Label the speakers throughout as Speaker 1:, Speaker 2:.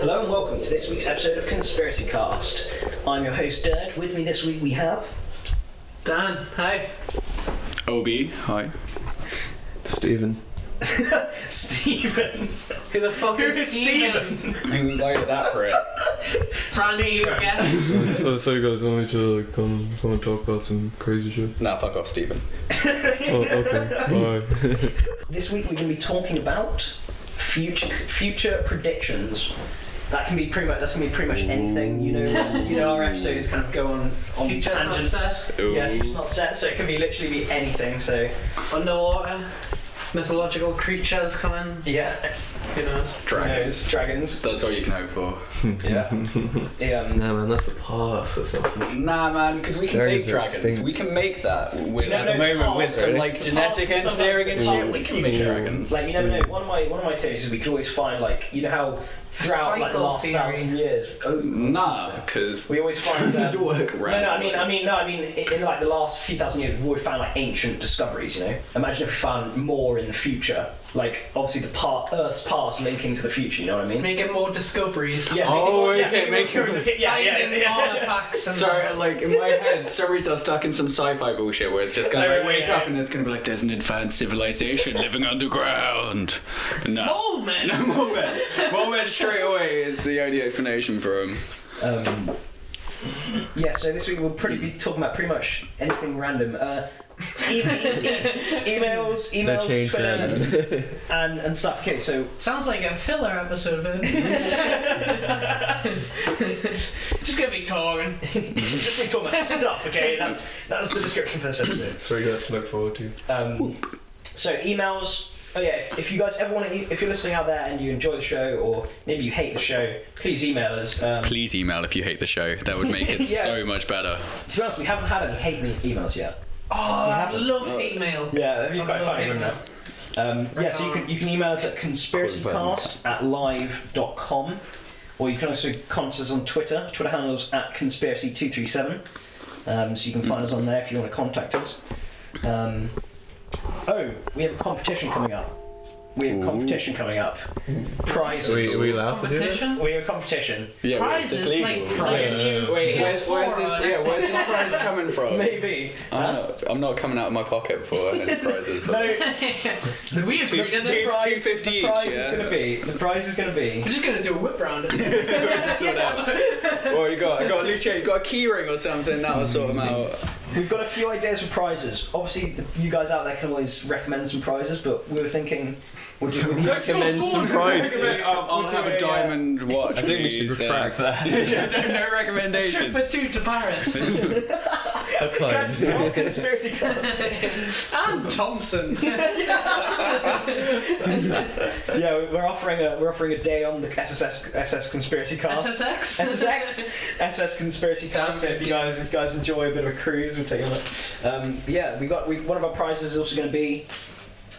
Speaker 1: to this week's episode of Conspiracy Cast. I'm your host, Dird. With me this week we have.
Speaker 2: Dan, hi.
Speaker 3: OB, hi. Stephen.
Speaker 1: Stephen.
Speaker 2: Who the fuck
Speaker 1: Who
Speaker 2: is
Speaker 1: is
Speaker 2: Steven?
Speaker 4: You loaded that for it.
Speaker 2: Brandy, you a guest?
Speaker 5: Oh, sorry guys, I want you to come, come and talk about some crazy shit.
Speaker 4: Nah, fuck off, Stephen.
Speaker 5: Oh, okay, bye.
Speaker 1: This week we're going to be talking about future future predictions. That can be pretty much that's gonna be pretty much anything. You know, you know our episodes kind of go on on
Speaker 2: Future's not
Speaker 1: tangents.
Speaker 2: set.
Speaker 1: Yeah, future's not set, so it can be literally be anything. So
Speaker 2: Underwater. Mythological creatures coming.
Speaker 1: yeah,
Speaker 2: Who knows?
Speaker 1: who
Speaker 4: Dragons.
Speaker 1: knows? dragons.
Speaker 4: That's all you can hope for.
Speaker 1: Yeah. um,
Speaker 5: nah, man, that's the past or something.
Speaker 4: Nah, man, because we can
Speaker 5: Dragons
Speaker 4: make
Speaker 5: are
Speaker 4: dragons.
Speaker 5: extinct.
Speaker 4: We can make that. With,
Speaker 1: No,
Speaker 4: at
Speaker 1: no,
Speaker 4: the moment,
Speaker 1: parts,
Speaker 4: with some
Speaker 1: really.
Speaker 4: like genetic
Speaker 1: Parts, sometimes
Speaker 4: engineering and shit,
Speaker 1: parts.
Speaker 4: we can make
Speaker 5: Ooh.
Speaker 4: dragons.
Speaker 1: like you never know. One of my one of my theories is we could always find like you know how throughout like the
Speaker 2: Cycle
Speaker 1: last
Speaker 2: theory.
Speaker 1: thousand years. Oh,
Speaker 4: Nah, because
Speaker 1: we always find um,
Speaker 4: work
Speaker 1: No, no, I mean, I mean, no, I mean, i- in like the last few thousand years, we found like ancient discoveries. You know, imagine if we found more in the future. Like, obviously, the part Earth's past linking to the future. You know what I mean?
Speaker 2: Make it more discoveries.
Speaker 1: Yeah.
Speaker 4: Oh,
Speaker 1: making- yeah,
Speaker 4: okay,
Speaker 1: making
Speaker 4: make-
Speaker 1: curious of- yeah, yeah,
Speaker 2: Finding
Speaker 1: yeah.
Speaker 2: artifacts and
Speaker 4: Sorry, like in my head, for some reason I was stuck in some sci-fi bullshit where it's just gonna
Speaker 1: Oh,
Speaker 4: like, wake
Speaker 1: yeah.
Speaker 4: up and it's gonna be like, there's an advanced civilization living underground. No.
Speaker 2: Oh man.
Speaker 4: Moment. Moment straight away is the only explanation for him.
Speaker 1: Um, yeah, so this week we'll pretty be talking about pretty much anything random. Uh, e- e- e- emails, emails,
Speaker 5: changed
Speaker 1: Twitter, and, and stuff. Okay, so
Speaker 2: Sounds like a filler episode of it. Just gonna be talking.
Speaker 1: just we talking about stuff. Okay, that's that's the description for this episode.
Speaker 5: That's what you got to look forward to.
Speaker 1: Um, so emails. Oh yeah, if, if you guys ever want to, e- if you're listening out there and you enjoy the show, or maybe you hate the show, please email us. Um,
Speaker 4: Please email if you hate the show. That would make it
Speaker 1: Yeah.
Speaker 4: so much better.
Speaker 1: to be honest, we haven't had any hate me emails yet.
Speaker 2: Oh, I
Speaker 1: haven't.
Speaker 2: love email.
Speaker 1: Yeah, that'd be
Speaker 2: Oh,
Speaker 1: quite funny,
Speaker 2: okay.
Speaker 1: wouldn't it? Um, yeah, so you can you can email us at conspiracycast at live.com or you can also contact us on Twitter. Twitter handles at conspiracy237. Um, so you can find us on there if you want to contact us. Um, oh, we have a competition coming up. We have a competition coming up. Prizes.
Speaker 5: We, we laugh at this?
Speaker 2: Competition.
Speaker 1: We have a competition.
Speaker 4: Yeah, wait, it's
Speaker 2: Prizes like
Speaker 4: legal.
Speaker 2: like new
Speaker 4: Wait, where's, where's this?
Speaker 2: PS4 or
Speaker 4: Yeah, where's this prize coming from?
Speaker 1: Maybe.
Speaker 4: I'm not, I'm not coming out of my pocket for any prizes.
Speaker 1: No,
Speaker 4: But
Speaker 2: Did we agree to
Speaker 1: the
Speaker 2: this?
Speaker 4: two-
Speaker 1: prize, the
Speaker 4: 250 each,
Speaker 1: prize is
Speaker 4: yeah.
Speaker 1: going to be. The prize is going to be.
Speaker 2: We're just gonna do a whip round.
Speaker 4: oh, you got, I got a loose change. You got a key ring or something.
Speaker 5: Mm.
Speaker 4: That'll sort them out.
Speaker 1: We've got a few ideas for prizes. Obviously, the, you guys out there can always recommend some prizes, but we were thinking, would you? Would you
Speaker 5: Recommend some prizes.
Speaker 4: I'll, I'll have a diamond watch. uh,
Speaker 5: I think we should retract that.
Speaker 4: no
Speaker 2: Trip
Speaker 4: recommendations.
Speaker 2: for two to Paris.
Speaker 5: Applied.
Speaker 1: conspiracy cards.
Speaker 2: and Thompson.
Speaker 1: Yeah, we- we're offering a we're offering a day on the SSS SS conspiracy cast.
Speaker 2: SSX.
Speaker 1: SSX SS conspiracy cast. So if you guys if you guys enjoy a bit of a cruise, we'll take you on it. Um, yeah, we got we, one of our prizes is also going to be.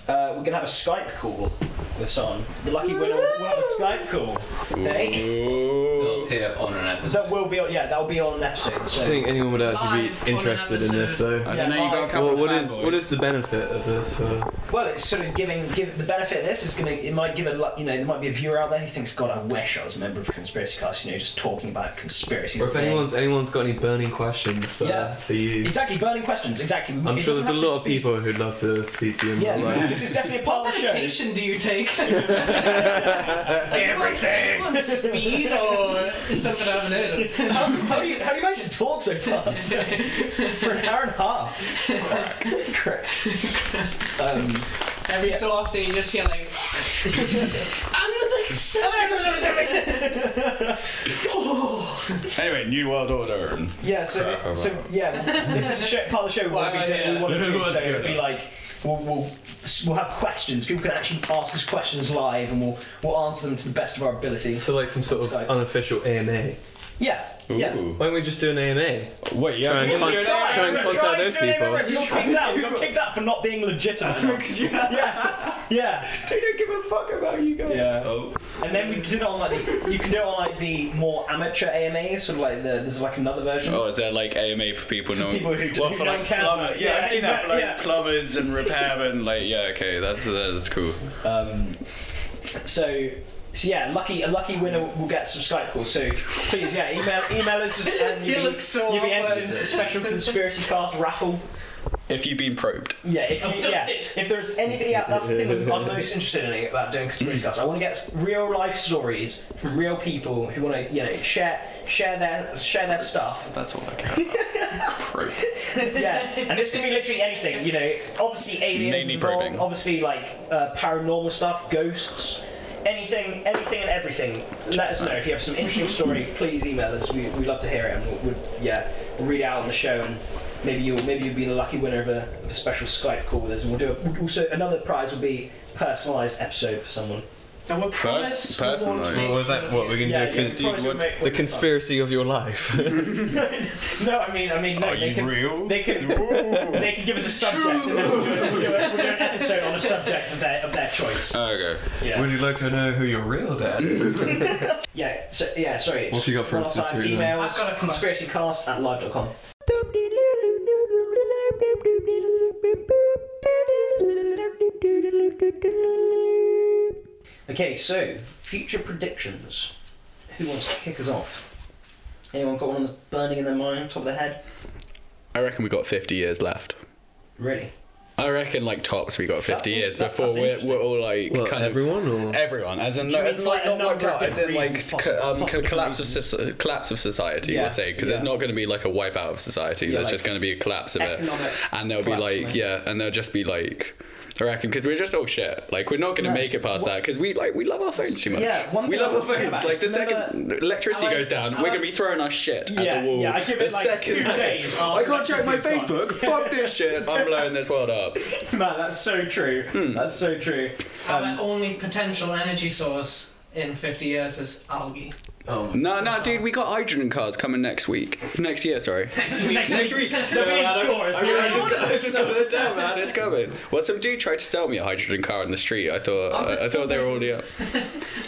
Speaker 1: Uh, we're gonna have a Skype call with someone. The lucky winner will will have a Skype call. Hey,
Speaker 4: Ooh.
Speaker 6: appear on an episode.
Speaker 1: that will be on, yeah, that'll be on an episode.
Speaker 5: Do
Speaker 1: So.
Speaker 5: you think anyone would actually
Speaker 2: Live on
Speaker 5: be
Speaker 2: an
Speaker 5: interested in this
Speaker 4: I
Speaker 5: though?
Speaker 4: don't know. You got a couple
Speaker 5: Well, what
Speaker 4: of
Speaker 5: is what is the benefit of this? For...
Speaker 1: Well, it's sort of giving give the benefit of this is going to it might give a lot you know there might be a viewer out there who thinks God I wish I was a member of a conspiracy cast you know just talking about conspiracies.
Speaker 5: Or if
Speaker 1: and-
Speaker 5: anyone's anyone's got any burning questions for
Speaker 1: Yeah.
Speaker 5: for you,
Speaker 1: exactly burning questions exactly.
Speaker 5: I'm
Speaker 1: It
Speaker 5: sure
Speaker 1: doesn't
Speaker 5: there's a
Speaker 1: have to
Speaker 5: lot of
Speaker 1: just be-
Speaker 5: people who'd love to speak to you. in
Speaker 1: Yeah,
Speaker 5: real
Speaker 1: this,
Speaker 5: life.
Speaker 1: this is definitely a part
Speaker 2: What
Speaker 1: of the show.
Speaker 2: medication do you take? Everything. On speed or something I haven't heard
Speaker 1: How, how do you how do you manage to talk so fast for an hour and a half? Correct. Um,
Speaker 2: of. Every so often you just hear like, I'm the next.
Speaker 4: Anyway, New World Order.
Speaker 1: Yeah, so,
Speaker 4: Crap, I'm
Speaker 1: so
Speaker 4: out.
Speaker 1: yeah, this is a show, part of the show we'll
Speaker 2: Wow,
Speaker 1: be doing.
Speaker 2: yeah.
Speaker 1: We want to do
Speaker 5: What's
Speaker 1: so it'll
Speaker 5: going
Speaker 1: be like we'll, we'll we'll have questions. People can actually ask us questions live, and we'll we'll answer them to the best of our ability.
Speaker 5: So like some sort of
Speaker 1: Skype.
Speaker 5: unofficial AMA.
Speaker 1: yeah, yeah.
Speaker 4: Ooh.
Speaker 5: Why don't we just do an AMA?
Speaker 4: Wait,
Speaker 5: Try and con- try and contact those people.
Speaker 1: We got kicked out. We got kicked out for not being legitimate. yeah, yeah,
Speaker 4: They don't give a fuck about you guys.
Speaker 1: Yeah.
Speaker 4: Oh.
Speaker 1: and then we did it on like the, you can do it on like the more amateur AMAs, sort of like the there's like another version.
Speaker 4: Oh, is there like AMA for people? no
Speaker 1: people who-
Speaker 4: well,
Speaker 1: who
Speaker 4: for
Speaker 1: don't
Speaker 4: like
Speaker 1: care so much.
Speaker 4: plumbers. Yeah,
Speaker 1: Yeah,
Speaker 4: I've seen that for like
Speaker 1: yeah.
Speaker 4: plumbers and repairmen. Like, yeah, okay, that's that's cool.
Speaker 1: Um, so So yeah, lucky a lucky winner will get some Skype calls. So please, yeah, email email us and
Speaker 2: You
Speaker 1: you'll be,
Speaker 2: look so
Speaker 1: you'll be entered
Speaker 2: awkward.
Speaker 1: into the special conspiracy cast raffle.
Speaker 4: If you've been probed,
Speaker 1: Yeah, if you, yeah,
Speaker 2: Abducted.
Speaker 1: if there's anybody out, that's the thing I'm most interested in about doing conspiracy casts. I want to get real life stories from real people who want to you know share share their share their stuff.
Speaker 4: that's all I care about. Probe.
Speaker 1: Yeah, and this can be literally anything. You know, obviously aliens,
Speaker 4: Mainly
Speaker 1: involved,
Speaker 4: probing.
Speaker 1: obviously like uh, paranormal stuff, ghosts, anything, anything and everything. Let us know if you have some interesting story. Please email us. We we love to hear it, and we'll, we'll yeah, we'll read it out on the show and. Maybe you'll maybe you'll be the lucky winner of a, of a special Skype call with us, and we'll do a, we'll also another prize will be personalised episode for someone.
Speaker 2: And we promise we won't
Speaker 3: personally.
Speaker 2: make
Speaker 5: What was that?
Speaker 2: fun of
Speaker 5: What
Speaker 2: you.
Speaker 5: we're gonna
Speaker 1: yeah,
Speaker 5: do?
Speaker 1: yeah,
Speaker 5: con-
Speaker 1: the prize will
Speaker 3: dude, what-
Speaker 1: make-
Speaker 5: the conspiracy of your life.
Speaker 1: No, I mean I mean no. they can,
Speaker 4: real?
Speaker 1: They could, they could give us a subject and then we'll do, it, we'll, do it, we'll do an episode on a subject of their, of their choice.
Speaker 3: Okay.
Speaker 1: Yeah.
Speaker 5: Would you like to know who your real dad is?
Speaker 1: Yeah, so, yeah, sorry.
Speaker 5: What have you got for
Speaker 1: One
Speaker 5: us
Speaker 1: last
Speaker 5: this
Speaker 1: time,
Speaker 5: week, then?
Speaker 1: emails,
Speaker 2: I've got a question.
Speaker 1: conspiracycast at live.com. Okay, so future predictions. Who wants to kick us off? Anyone got one that's burning in their mind, top of their head?
Speaker 4: I reckon we got 50 years left.
Speaker 1: Really?
Speaker 4: I reckon, like, tops we got 50
Speaker 1: That's
Speaker 4: years
Speaker 1: inter- that-
Speaker 4: before
Speaker 1: that's
Speaker 4: we're,
Speaker 1: interesting.
Speaker 4: we're all, like,
Speaker 5: Well,
Speaker 4: kind of.
Speaker 5: everyone or
Speaker 4: Everyone, as in,
Speaker 1: Do
Speaker 4: no,
Speaker 1: you
Speaker 4: as in
Speaker 1: mean
Speaker 4: like
Speaker 1: quite a
Speaker 4: not worked
Speaker 1: number of
Speaker 4: out, as in
Speaker 1: different
Speaker 4: like
Speaker 1: reasons
Speaker 4: c-
Speaker 1: possible?
Speaker 4: um, c-
Speaker 1: Possible
Speaker 4: collapse of soci- collapse of society.
Speaker 1: Yeah,
Speaker 4: we'll say because there's
Speaker 1: yeah.
Speaker 4: not going to be like a wipeout of society.
Speaker 1: Yeah,
Speaker 4: there's
Speaker 1: like
Speaker 4: just going to be a collapse of it,
Speaker 1: economic
Speaker 4: and there'll be
Speaker 1: collapse,
Speaker 4: like
Speaker 1: maybe.
Speaker 4: yeah, and there'll just be like. I reckon because we're just all shit. Like we're not going to
Speaker 1: No.
Speaker 4: make it past
Speaker 1: What-
Speaker 4: that because we like we love our phones too much.
Speaker 1: Yeah, one
Speaker 4: we
Speaker 1: thing I
Speaker 4: love
Speaker 1: was
Speaker 4: our
Speaker 1: thinking
Speaker 4: phones.
Speaker 1: about
Speaker 4: Like the
Speaker 1: is remember-
Speaker 4: second the electricity
Speaker 2: I like-
Speaker 4: goes down,
Speaker 2: I
Speaker 4: we're
Speaker 2: like-
Speaker 4: going to be throwing our shit
Speaker 1: Yeah,
Speaker 4: at the wall.
Speaker 1: yeah, I give
Speaker 4: the
Speaker 1: it, like, two days
Speaker 4: I
Speaker 1: after
Speaker 4: can't check my
Speaker 1: electricity's gone.
Speaker 4: Facebook. Fuck this shit. I'm blowing this world up.
Speaker 1: Man, that's so true.
Speaker 4: Hmm.
Speaker 1: That's so true.
Speaker 2: Our only potential energy source in 50 years is algae.
Speaker 5: Oh,
Speaker 4: No, no, dude, we got hydrogen cars coming next week. Next year, sorry.
Speaker 2: Next week.
Speaker 4: Next week.
Speaker 1: They're being scores.
Speaker 4: I just got, I just got it down, man. It's coming. Well, some dude tried to sell me a hydrogen car in the street. I thought
Speaker 2: I'm just
Speaker 4: I, I thought they were already up.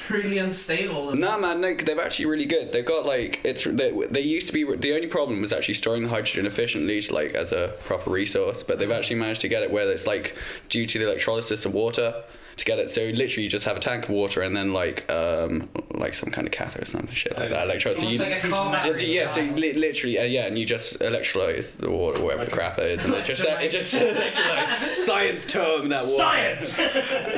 Speaker 2: really unstable.
Speaker 4: Nah, man, no, 'cause they're actually really good. They've got like it's they, they used to be the only problem was actually storing the hydrogen efficiently, just, like as a proper resource. But
Speaker 2: Mm.
Speaker 4: they've actually managed to get it where it's like due to the electrolysis of water to get it. So literally, you just have a tank of water and then like um like some kind of cathode or something shit like that. Electricity.
Speaker 2: Almost
Speaker 4: you-
Speaker 2: Oh, like a car
Speaker 4: Just-
Speaker 2: battery.
Speaker 4: yeah, so you li- literally, uh, yeah, and you just electrolyze the water, whatever the crap that is, and it just, it just electrolyze. Science term that water.
Speaker 1: Science!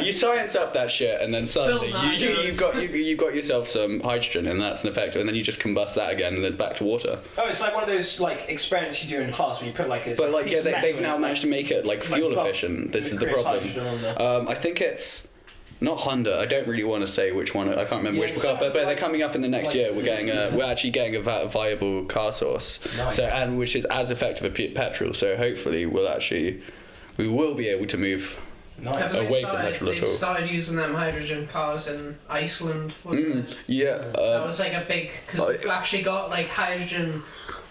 Speaker 4: You science up that shit, and then suddenly
Speaker 2: Bill
Speaker 4: you, you,
Speaker 2: Nye
Speaker 4: you've
Speaker 2: does.
Speaker 4: got you, you've got yourself some hydrogen, and that's an effect, and then you just combust that again, and it's back to water.
Speaker 1: Oh, it's like one of those like experiments you do in class when you put like a
Speaker 4: But like,
Speaker 1: piece
Speaker 4: yeah,
Speaker 1: of
Speaker 4: they,
Speaker 1: metal
Speaker 4: they've
Speaker 1: in
Speaker 4: now
Speaker 1: it,
Speaker 4: managed to make it like
Speaker 1: like
Speaker 4: fuel
Speaker 1: bulk.
Speaker 4: efficient. This
Speaker 1: It
Speaker 4: is the
Speaker 1: creates
Speaker 4: problem.
Speaker 1: hydrogen on the-
Speaker 4: Um, I think it's. Not Honda. I don't really want to say which one. I can't remember
Speaker 1: Yeah,
Speaker 4: which
Speaker 1: it's
Speaker 4: car, but, but they're
Speaker 1: like-
Speaker 4: coming up in the next
Speaker 1: like-
Speaker 4: year. We're getting a, we're actually getting a vi- viable car source.
Speaker 1: Nice.
Speaker 4: So and which is as effective as pe- petrol. So hopefully we'll actually, we will be able to move.
Speaker 1: Nice.
Speaker 2: Haven't they
Speaker 4: away from
Speaker 2: started-
Speaker 4: petrol at
Speaker 2: They
Speaker 4: all.
Speaker 2: started using them hydrogen cars in Iceland, wasn't
Speaker 4: Mm,
Speaker 2: it?
Speaker 4: yeah.
Speaker 2: That
Speaker 4: Uh,
Speaker 2: was like a big because
Speaker 4: Oh,
Speaker 2: they've actually got like hydrogen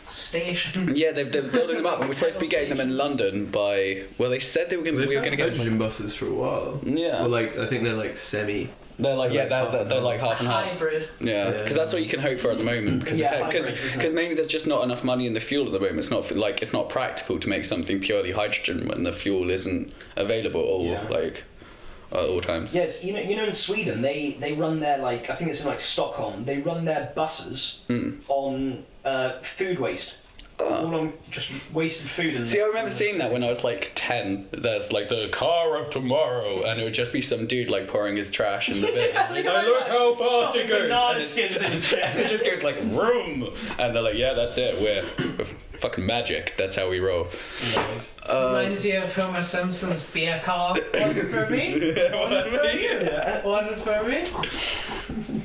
Speaker 2: stations.
Speaker 4: yeah, they've, they're building them up, and we're supposed to be getting them in London by. Well, they said they were going. to We were going to get.
Speaker 5: hydrogen buses for a while.
Speaker 4: Yeah.
Speaker 5: Well, like I think they're like semi.
Speaker 4: They're like yeah,
Speaker 5: Like
Speaker 4: they're,
Speaker 5: half
Speaker 4: they're,
Speaker 5: and
Speaker 4: they're
Speaker 5: half.
Speaker 4: like half and half.
Speaker 2: Hybrid.
Speaker 4: Yeah,
Speaker 5: Yeah.
Speaker 4: because that's all you can hope for at the moment. Because
Speaker 1: Yeah, hybrids, isn't it?
Speaker 4: because mainly there's just not enough money in the fuel at the moment. It's not like it's not practical to make something purely hydrogen when the fuel isn't available or
Speaker 1: Yeah.
Speaker 4: like at all times.
Speaker 1: Yes, you know, you know, in Sweden they they run their like I think it's in like Stockholm they run their buses
Speaker 4: Hmm.
Speaker 1: on uh, food waste, all on just wasted food and.
Speaker 4: Ah. See, I remember seeing that when I was like ten. There's like the car of tomorrow, and it would just be some dude like pouring his trash in the
Speaker 1: Look
Speaker 4: bin. Like, look how fast it goes.
Speaker 1: Banana
Speaker 4: And it-
Speaker 1: skins in
Speaker 4: It just goes like room, and they're like, yeah, that's it. We're, we're fucking magic. That's how we roll. Uh,
Speaker 2: Reminds you of Homer Simpson's beer car. One for me. One for you.
Speaker 1: Yeah.
Speaker 2: One for me.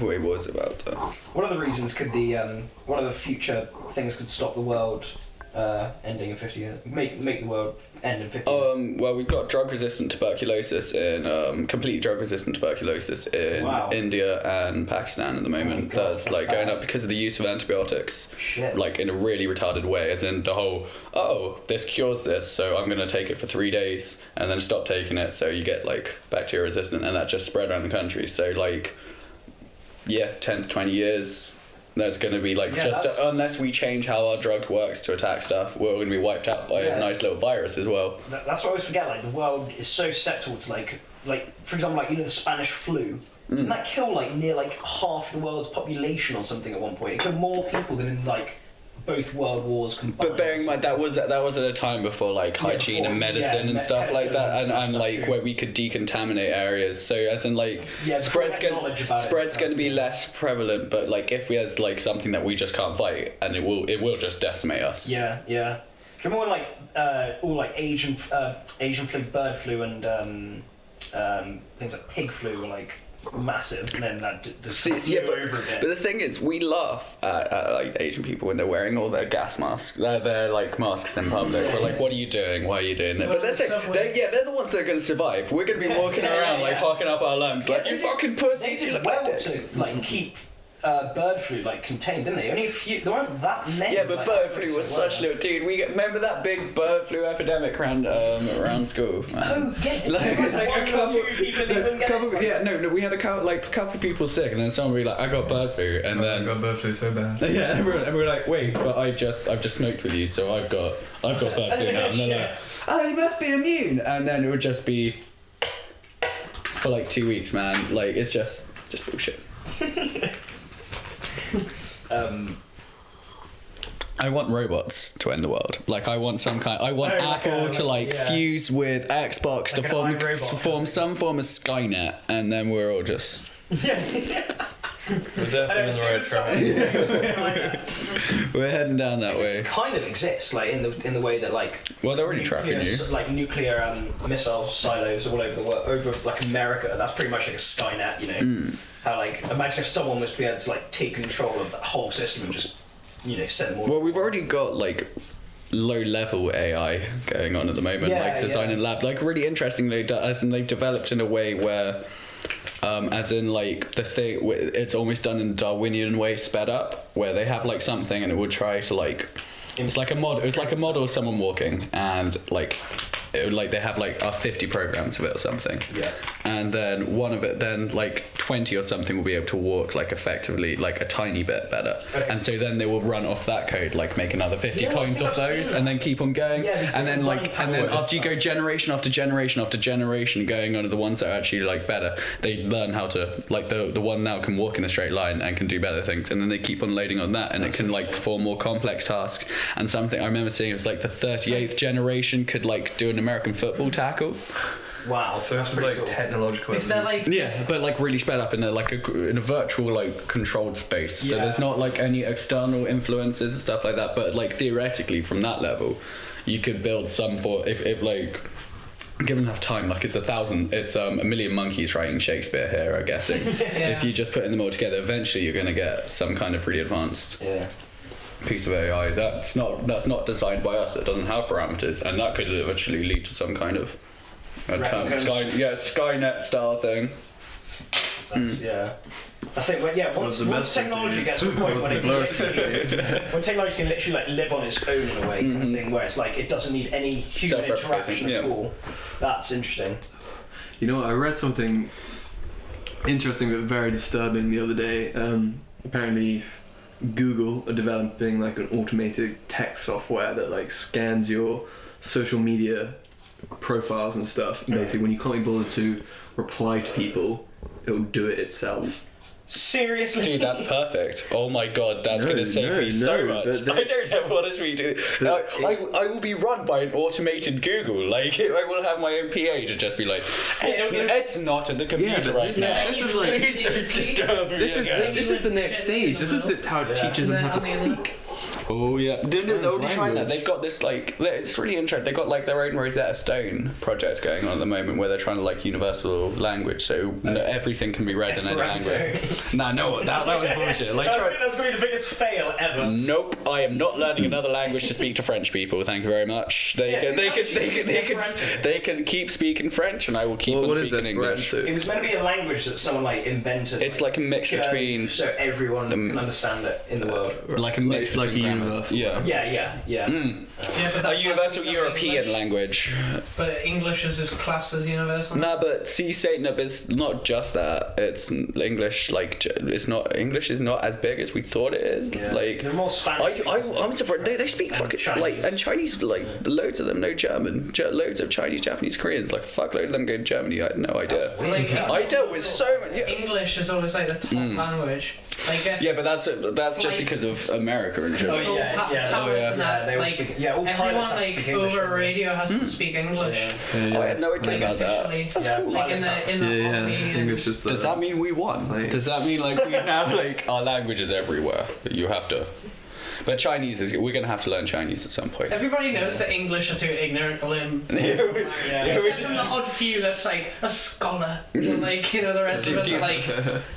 Speaker 4: Wait, what was it about uh, though?
Speaker 1: What other reasons could the um, what other future things could stop the world uh, ending in fifty years? Make make the world end in fifty years.
Speaker 4: Um, well, we've got drug-resistant tuberculosis in um, complete drug-resistant tuberculosis in
Speaker 1: Wow.
Speaker 4: India and Pakistan at the moment.
Speaker 1: Oh my God,
Speaker 4: that's
Speaker 1: that's
Speaker 4: like going
Speaker 1: bad.
Speaker 4: up because of the use of antibiotics,
Speaker 1: Shit.
Speaker 4: like in a really retarded way. As in the whole, oh, this cures this, so I'm gonna take it for three days and then stop taking it, so you get like bacteria resistant, and that just spread around the country. So like, yeah, ten to twenty years. That's going to be like
Speaker 1: Yeah,
Speaker 4: just
Speaker 1: that's-
Speaker 4: unless we change how our drug works to attack stuff, we're all going to be wiped out by
Speaker 1: Yeah.
Speaker 4: a nice little virus as well.
Speaker 1: That, that's what I always forget. Like the world is so susceptible to like like for example like you know the Spanish flu.
Speaker 4: Mm.
Speaker 1: Didn't that kill like near like half the world's population or something at one point? It killed more people than in like both world wars combined.
Speaker 4: But bearing in mind that was that was at a time before like hygiene
Speaker 1: before-
Speaker 4: and
Speaker 1: yeah,
Speaker 4: medicine and
Speaker 1: me-
Speaker 4: stuff
Speaker 1: medicine
Speaker 4: like
Speaker 1: and
Speaker 4: that, and,
Speaker 1: stuff,
Speaker 4: and
Speaker 1: that's
Speaker 4: like
Speaker 1: true.
Speaker 4: where we could decontaminate areas. So as in like
Speaker 1: Yeah, before
Speaker 4: spreads
Speaker 1: we had
Speaker 4: going
Speaker 1: knowledge about it and
Speaker 4: spreads
Speaker 1: stuff,
Speaker 4: going to be
Speaker 1: yeah.
Speaker 4: less prevalent, but like if we has like something that we just can't fight, and it will it will just decimate us.
Speaker 1: Yeah, yeah. Do you remember when like uh, all like Asian uh, Asian flu, bird flu, and um, um, things like pig flu were like massive, and then that d- just
Speaker 4: See, see, yeah,
Speaker 1: blew
Speaker 4: but,
Speaker 1: over again.
Speaker 4: but the thing is, we laugh at, at like Asian people when they're wearing all their gas masks, their, their like masks in public. We're like, what are you doing? Why are you doing that?
Speaker 2: Well,
Speaker 4: But that's
Speaker 2: the
Speaker 4: it.
Speaker 2: subway-
Speaker 4: They're, yeah, they're the ones that are going to survive. We're going to be walking
Speaker 1: yeah,
Speaker 4: around
Speaker 1: yeah,
Speaker 4: like
Speaker 1: yeah.
Speaker 4: hawking up our lungs, like
Speaker 1: Yeah,
Speaker 4: you
Speaker 1: they did-
Speaker 4: fucking pussy.
Speaker 1: They
Speaker 4: You
Speaker 1: did
Speaker 4: look
Speaker 1: well
Speaker 4: like dick."
Speaker 1: to like keep uh, bird flu like contained, didn't they? Only a few. There weren't that many.
Speaker 4: Yeah, but
Speaker 1: like,
Speaker 4: bird flu
Speaker 1: outbreaks
Speaker 4: was such
Speaker 1: there were.
Speaker 4: little dude. We remember that big bird flu epidemic around um, around school.
Speaker 1: Oh
Speaker 4: Man.
Speaker 1: yeah, did
Speaker 4: Like,
Speaker 1: like,
Speaker 4: like
Speaker 1: one
Speaker 4: a
Speaker 1: or
Speaker 4: couple,
Speaker 1: two people didn't
Speaker 4: no,
Speaker 1: even get
Speaker 4: couple,
Speaker 1: it.
Speaker 4: yeah, no, no, we had a couple, like a couple people sick, and then someone would be like, "I got bird flu," and
Speaker 1: Oh
Speaker 5: I
Speaker 4: then
Speaker 5: got bird flu so bad.
Speaker 4: Yeah, and everyone, and we're like, wait, but I just, I've just smoked with you, so I've got, I've got bird flu now. And they're like,
Speaker 1: Yeah.
Speaker 4: oh, you must be immune, and then it would just be for like two weeks, man. Like it's just, just bullshit.
Speaker 1: Um,
Speaker 4: I want robots to end the world. Like I want some kind. I want
Speaker 1: Oh, like
Speaker 4: Apple
Speaker 1: a-
Speaker 4: to
Speaker 1: like-
Speaker 4: like
Speaker 1: yeah.
Speaker 4: fuse with Xbox
Speaker 1: Like an
Speaker 4: to form
Speaker 1: iRobot kind of
Speaker 4: form some form of Skynet, and then we're all just
Speaker 1: I
Speaker 5: We're
Speaker 1: don't
Speaker 5: definitely on
Speaker 1: see
Speaker 5: the right
Speaker 1: the
Speaker 5: track.
Speaker 1: sign.
Speaker 4: we're heading down that
Speaker 1: It
Speaker 4: way.
Speaker 1: kind of exists, like in the in the way that like
Speaker 4: Well, they're already
Speaker 1: nuclear,
Speaker 4: tracking you.
Speaker 1: like nuclear um, missile silos all over the world, over like America. That's pretty much like a Skynet, you know.
Speaker 4: Hmm.
Speaker 1: How like imagine if someone was to be able to like take control of that whole system and just you know send more.
Speaker 4: Well, we've already got like low level AI going on at the moment,
Speaker 1: Yeah,
Speaker 4: like design
Speaker 1: yeah.
Speaker 4: and lab. Like really interestingly, do- as in they've developed in a way where, um, as in like the thing, wi- it's almost done in a Darwinian way, sped up, where they have like something and it will try to like. It's like a mod. It's like a model of someone walking, and like, it, would, like they have like uh, fifty programs of it or something.
Speaker 1: Yeah.
Speaker 4: And then one of it, then like twenty or something will be able to walk like effectively, like a tiny bit better.
Speaker 1: Okay.
Speaker 4: And so then they will run off that code, like make another 50
Speaker 1: Yeah, I
Speaker 4: clones
Speaker 1: think
Speaker 4: off
Speaker 1: I've seen
Speaker 4: those,
Speaker 1: that.
Speaker 4: and then keep on going.
Speaker 1: Yeah, because
Speaker 4: and then
Speaker 1: they're
Speaker 4: like,
Speaker 1: running
Speaker 4: and then
Speaker 1: patterns
Speaker 4: after you
Speaker 1: and
Speaker 4: go generation after generation after generation, going on to the ones that are actually like better, they learn how to like the the one now can walk in a straight line and can do better things, and then they keep on loading on that, and it can like perform more complex tasks. And something I remember seeing was like the 38th generation could like do an American football tackle.
Speaker 1: wow,
Speaker 5: So
Speaker 1: that's
Speaker 5: this is
Speaker 1: pretty
Speaker 5: like
Speaker 1: cool.
Speaker 5: technological.
Speaker 2: Is that like
Speaker 4: Yeah, but like really sped up in a like a in a virtual like controlled space. So
Speaker 1: Yeah.
Speaker 4: there's not like any external influences and stuff like that. But like theoretically, from that level, you could build some for if if like given enough time. Like it's a thousand, it's um a million monkeys writing Shakespeare here. I'm guessing if you just putting them all together, eventually you're gonna get some kind of really advanced
Speaker 1: yeah.
Speaker 4: piece of AI that's not that's not designed by us. It doesn't have parameters, and that could eventually lead to some kind of. A term,
Speaker 1: Replicants.
Speaker 4: sky, yeah, Skynet style thing.
Speaker 1: That's,
Speaker 4: Hmm.
Speaker 1: Yeah. That's it. Well, yeah. Once,
Speaker 5: the
Speaker 1: once
Speaker 5: best it
Speaker 1: technology
Speaker 5: is.
Speaker 1: gets to a point
Speaker 5: Was
Speaker 1: when, it
Speaker 5: the
Speaker 1: can
Speaker 5: worst
Speaker 1: literally- when technology can literally like live on its own in a way, kind of thing, where it's like it doesn't need any human
Speaker 4: Mm-hmm. Self-replicating,
Speaker 1: interaction at
Speaker 4: yeah.
Speaker 1: all. That's interesting.
Speaker 5: You know, I read something interesting but very disturbing the other day. Um, apparently, Google are developing like an automated tech software that like scans your social media profiles and stuff. And Basically, when you can't be bothered to reply to people, it'll do it itself.
Speaker 1: Seriously.
Speaker 4: Dude, that's perfect. Oh my god, that's
Speaker 5: No,
Speaker 4: gonna save
Speaker 5: no,
Speaker 4: me so
Speaker 5: no,
Speaker 4: much.
Speaker 5: but
Speaker 4: I don't know what is we do.
Speaker 5: But-
Speaker 4: I, I, I will be run by an automated Google. Like, I will have my own PA to just be like, it's, it's not in the computer
Speaker 5: but
Speaker 4: right
Speaker 5: this is-
Speaker 4: now.
Speaker 5: this is like-
Speaker 4: Please don't disturb me
Speaker 5: This is
Speaker 4: again."
Speaker 5: this is the next stage. This is it, how it
Speaker 1: Yeah.
Speaker 5: teaches them how to speak.
Speaker 4: Oh yeah, dude, they're
Speaker 5: Learns
Speaker 4: already trying that.
Speaker 5: language.
Speaker 4: They've got this like, li- it's really interesting. They've got like their own Rosetta Stone project going on at the moment, where they're trying to like universal language, so no, everything can be read in any
Speaker 1: Esperanto.
Speaker 4: language. nah, no, that, that was bullshit. Like,
Speaker 1: That's,
Speaker 4: try, Mm.
Speaker 1: that's going to be the biggest fail ever.
Speaker 4: Nope, I am not learning
Speaker 5: Hmm.
Speaker 4: another language to speak to French people. Thank you very much. They
Speaker 1: Yeah,
Speaker 4: can, they
Speaker 1: exactly.
Speaker 4: can, they can, they can,
Speaker 1: Esperanto.
Speaker 4: they can keep speaking French, and I will keep
Speaker 5: Well,
Speaker 4: on
Speaker 5: what is
Speaker 4: speaking English.
Speaker 1: It
Speaker 5: Esperanto?
Speaker 1: was meant to be a language that someone like invented.
Speaker 4: It's like a mix
Speaker 1: you know,
Speaker 4: between,
Speaker 1: so everyone can understand it in the world.
Speaker 4: like a mix
Speaker 5: Like- like
Speaker 4: between
Speaker 5: like a
Speaker 4: grammar.
Speaker 5: universal.
Speaker 4: Yeah.
Speaker 7: Yeah, yeah, yeah.
Speaker 4: Mm.
Speaker 2: Yeah, but
Speaker 4: A
Speaker 2: that's
Speaker 4: universal
Speaker 2: classic
Speaker 4: European
Speaker 2: English,
Speaker 4: language.
Speaker 2: But English is as classed as universal.
Speaker 4: Nah, but see, Satan up is not just that. It's English, like j- it's not English is not as big as we thought it is.
Speaker 7: Yeah.
Speaker 4: Like
Speaker 7: They're more Spanish.
Speaker 4: I, I, I'm surprised they, they speak
Speaker 7: And
Speaker 4: fucking
Speaker 7: Chinese.
Speaker 4: like and Chinese like
Speaker 7: Yeah.
Speaker 4: loads of them know German. J- loads of Chinese, Japanese, Koreans like fuck load of them go to Germany. I had no idea.
Speaker 2: Like,
Speaker 4: Mm-hmm.
Speaker 2: uh,
Speaker 4: I Mm. dealt with so many. Yeah,
Speaker 2: English is always like the top language. Like if
Speaker 4: yeah but that's that's just because of America and
Speaker 7: Oh,
Speaker 4: shit.
Speaker 7: yeah,
Speaker 2: Pat
Speaker 7: yeah,
Speaker 2: Towers
Speaker 7: oh, yeah.
Speaker 2: and that,
Speaker 7: Yeah, they all
Speaker 2: like,
Speaker 7: speak- yeah, all pilots
Speaker 2: everyone
Speaker 7: have to
Speaker 2: like
Speaker 7: speak English,
Speaker 2: over
Speaker 7: don't they?
Speaker 2: radio has to speak English.
Speaker 7: Yeah.
Speaker 5: Yeah,
Speaker 4: I had no idea
Speaker 2: Like
Speaker 4: about
Speaker 2: officially,
Speaker 4: that. That's
Speaker 7: Yeah.
Speaker 4: cool.
Speaker 2: like in the in
Speaker 5: Uh, Yeah,
Speaker 2: the
Speaker 5: yeah.
Speaker 2: lobby and-
Speaker 5: English is the.
Speaker 4: Does that mean we won?
Speaker 5: Like-
Speaker 4: Does that mean like we now like our language is everywhere? You have to. But Chinese is we're gonna have to learn Chinese at some point.
Speaker 2: Everybody knows that English are too ignorant to learn.
Speaker 7: Yeah,
Speaker 4: Yeah,
Speaker 7: we
Speaker 4: we
Speaker 2: Except
Speaker 4: just-
Speaker 2: from the odd few that's like a scholar. like, you know, the rest of us are like,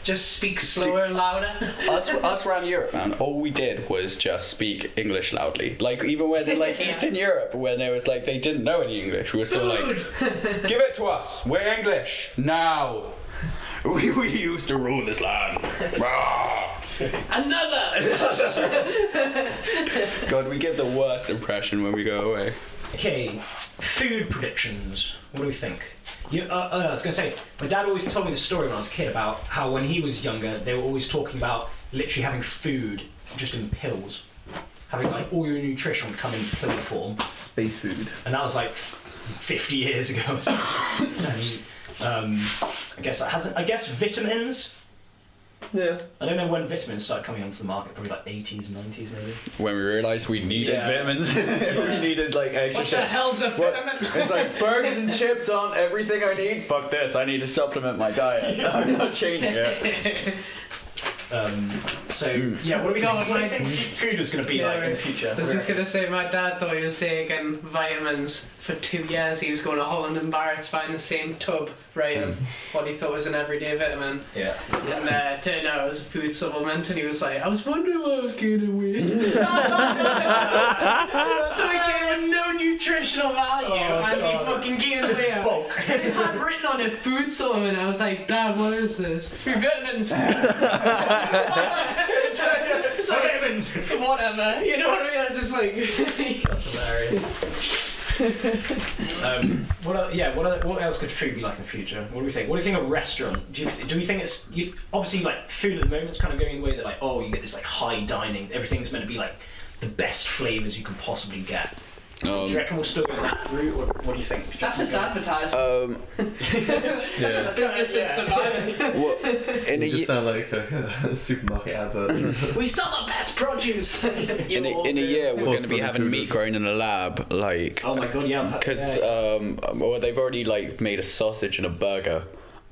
Speaker 2: just speak slower and louder.
Speaker 4: us, us around Europe, man, all we did was just speak English loudly. Like even when like Eastern Europe, when there was like they didn't know any English, we were still like, give it to us. We're English now. We, we used to rule this land. Rah.
Speaker 2: Another!
Speaker 4: God, we give the worst impression when we go away.
Speaker 7: Okay, food predictions. What do we think?
Speaker 1: You, uh, uh, I was going to say, my dad always told me the story when I was a kid about how when he was younger, they were always talking about literally having food just in pills. Having like all your nutrition would come in pill form.
Speaker 5: space food?
Speaker 1: And that was like 50 years ago or something. and, um, I guess that hasn't. I guess vitamins.
Speaker 5: Yeah.
Speaker 1: I don't know when vitamins started coming onto the market, probably like 80s, 90s maybe.
Speaker 4: When we realized we needed
Speaker 1: Yeah.
Speaker 4: vitamins, we needed like extra
Speaker 2: What the
Speaker 4: shit.
Speaker 2: hell's a
Speaker 4: What-
Speaker 2: vitamin?
Speaker 4: It's like burgers and chips aren't everything I need. Fuck this, I need to supplement my diet. I'm not changing it.
Speaker 1: Um, so, yeah, what do we think? What do you think food is going to be like in the future?
Speaker 2: I was just gonna say, my dad thought he was taking vitamins for two years. He was going to Holland and Barrett's buying the same tub, right, of
Speaker 7: Hmm.
Speaker 2: what he thought was an everyday vitamin.
Speaker 1: Yeah.
Speaker 2: And uh, turned out it was a food supplement, and he was like, I was wondering why I was gaining weight. so it came with no nutritional value, and he fucking gained weight.
Speaker 1: Bulk.
Speaker 2: It had written on it food supplement. I was like, Dad, what is this? It's for vitamins. It's like-
Speaker 1: Vitamins!
Speaker 2: whatever. You know what I mean? I just like.
Speaker 1: That's hilarious. um, what other, yeah, what, other, what else could food be like in the future? What do we think? What do you think of restaurant? Do you, do we think it's you, obviously like food at the moment's kind of going the way that like oh you get this like high dining, everything's meant to be like the best flavors you can possibly get. do you
Speaker 4: Um,
Speaker 1: reckon we'll still go that route, or what do you think?
Speaker 2: That's just advertising.
Speaker 4: um,
Speaker 2: That's just business is surviving.
Speaker 4: what, in a
Speaker 5: You just
Speaker 4: ye-
Speaker 5: sound like a, supermarket advert.
Speaker 2: we sell the best produce.
Speaker 4: in a, in a year, we're going to be having meat grown in a lab, like
Speaker 1: Oh my god, yeah, I've heard-
Speaker 4: because
Speaker 1: yeah, yeah.
Speaker 4: um, well, they've already like made a sausage and a burger,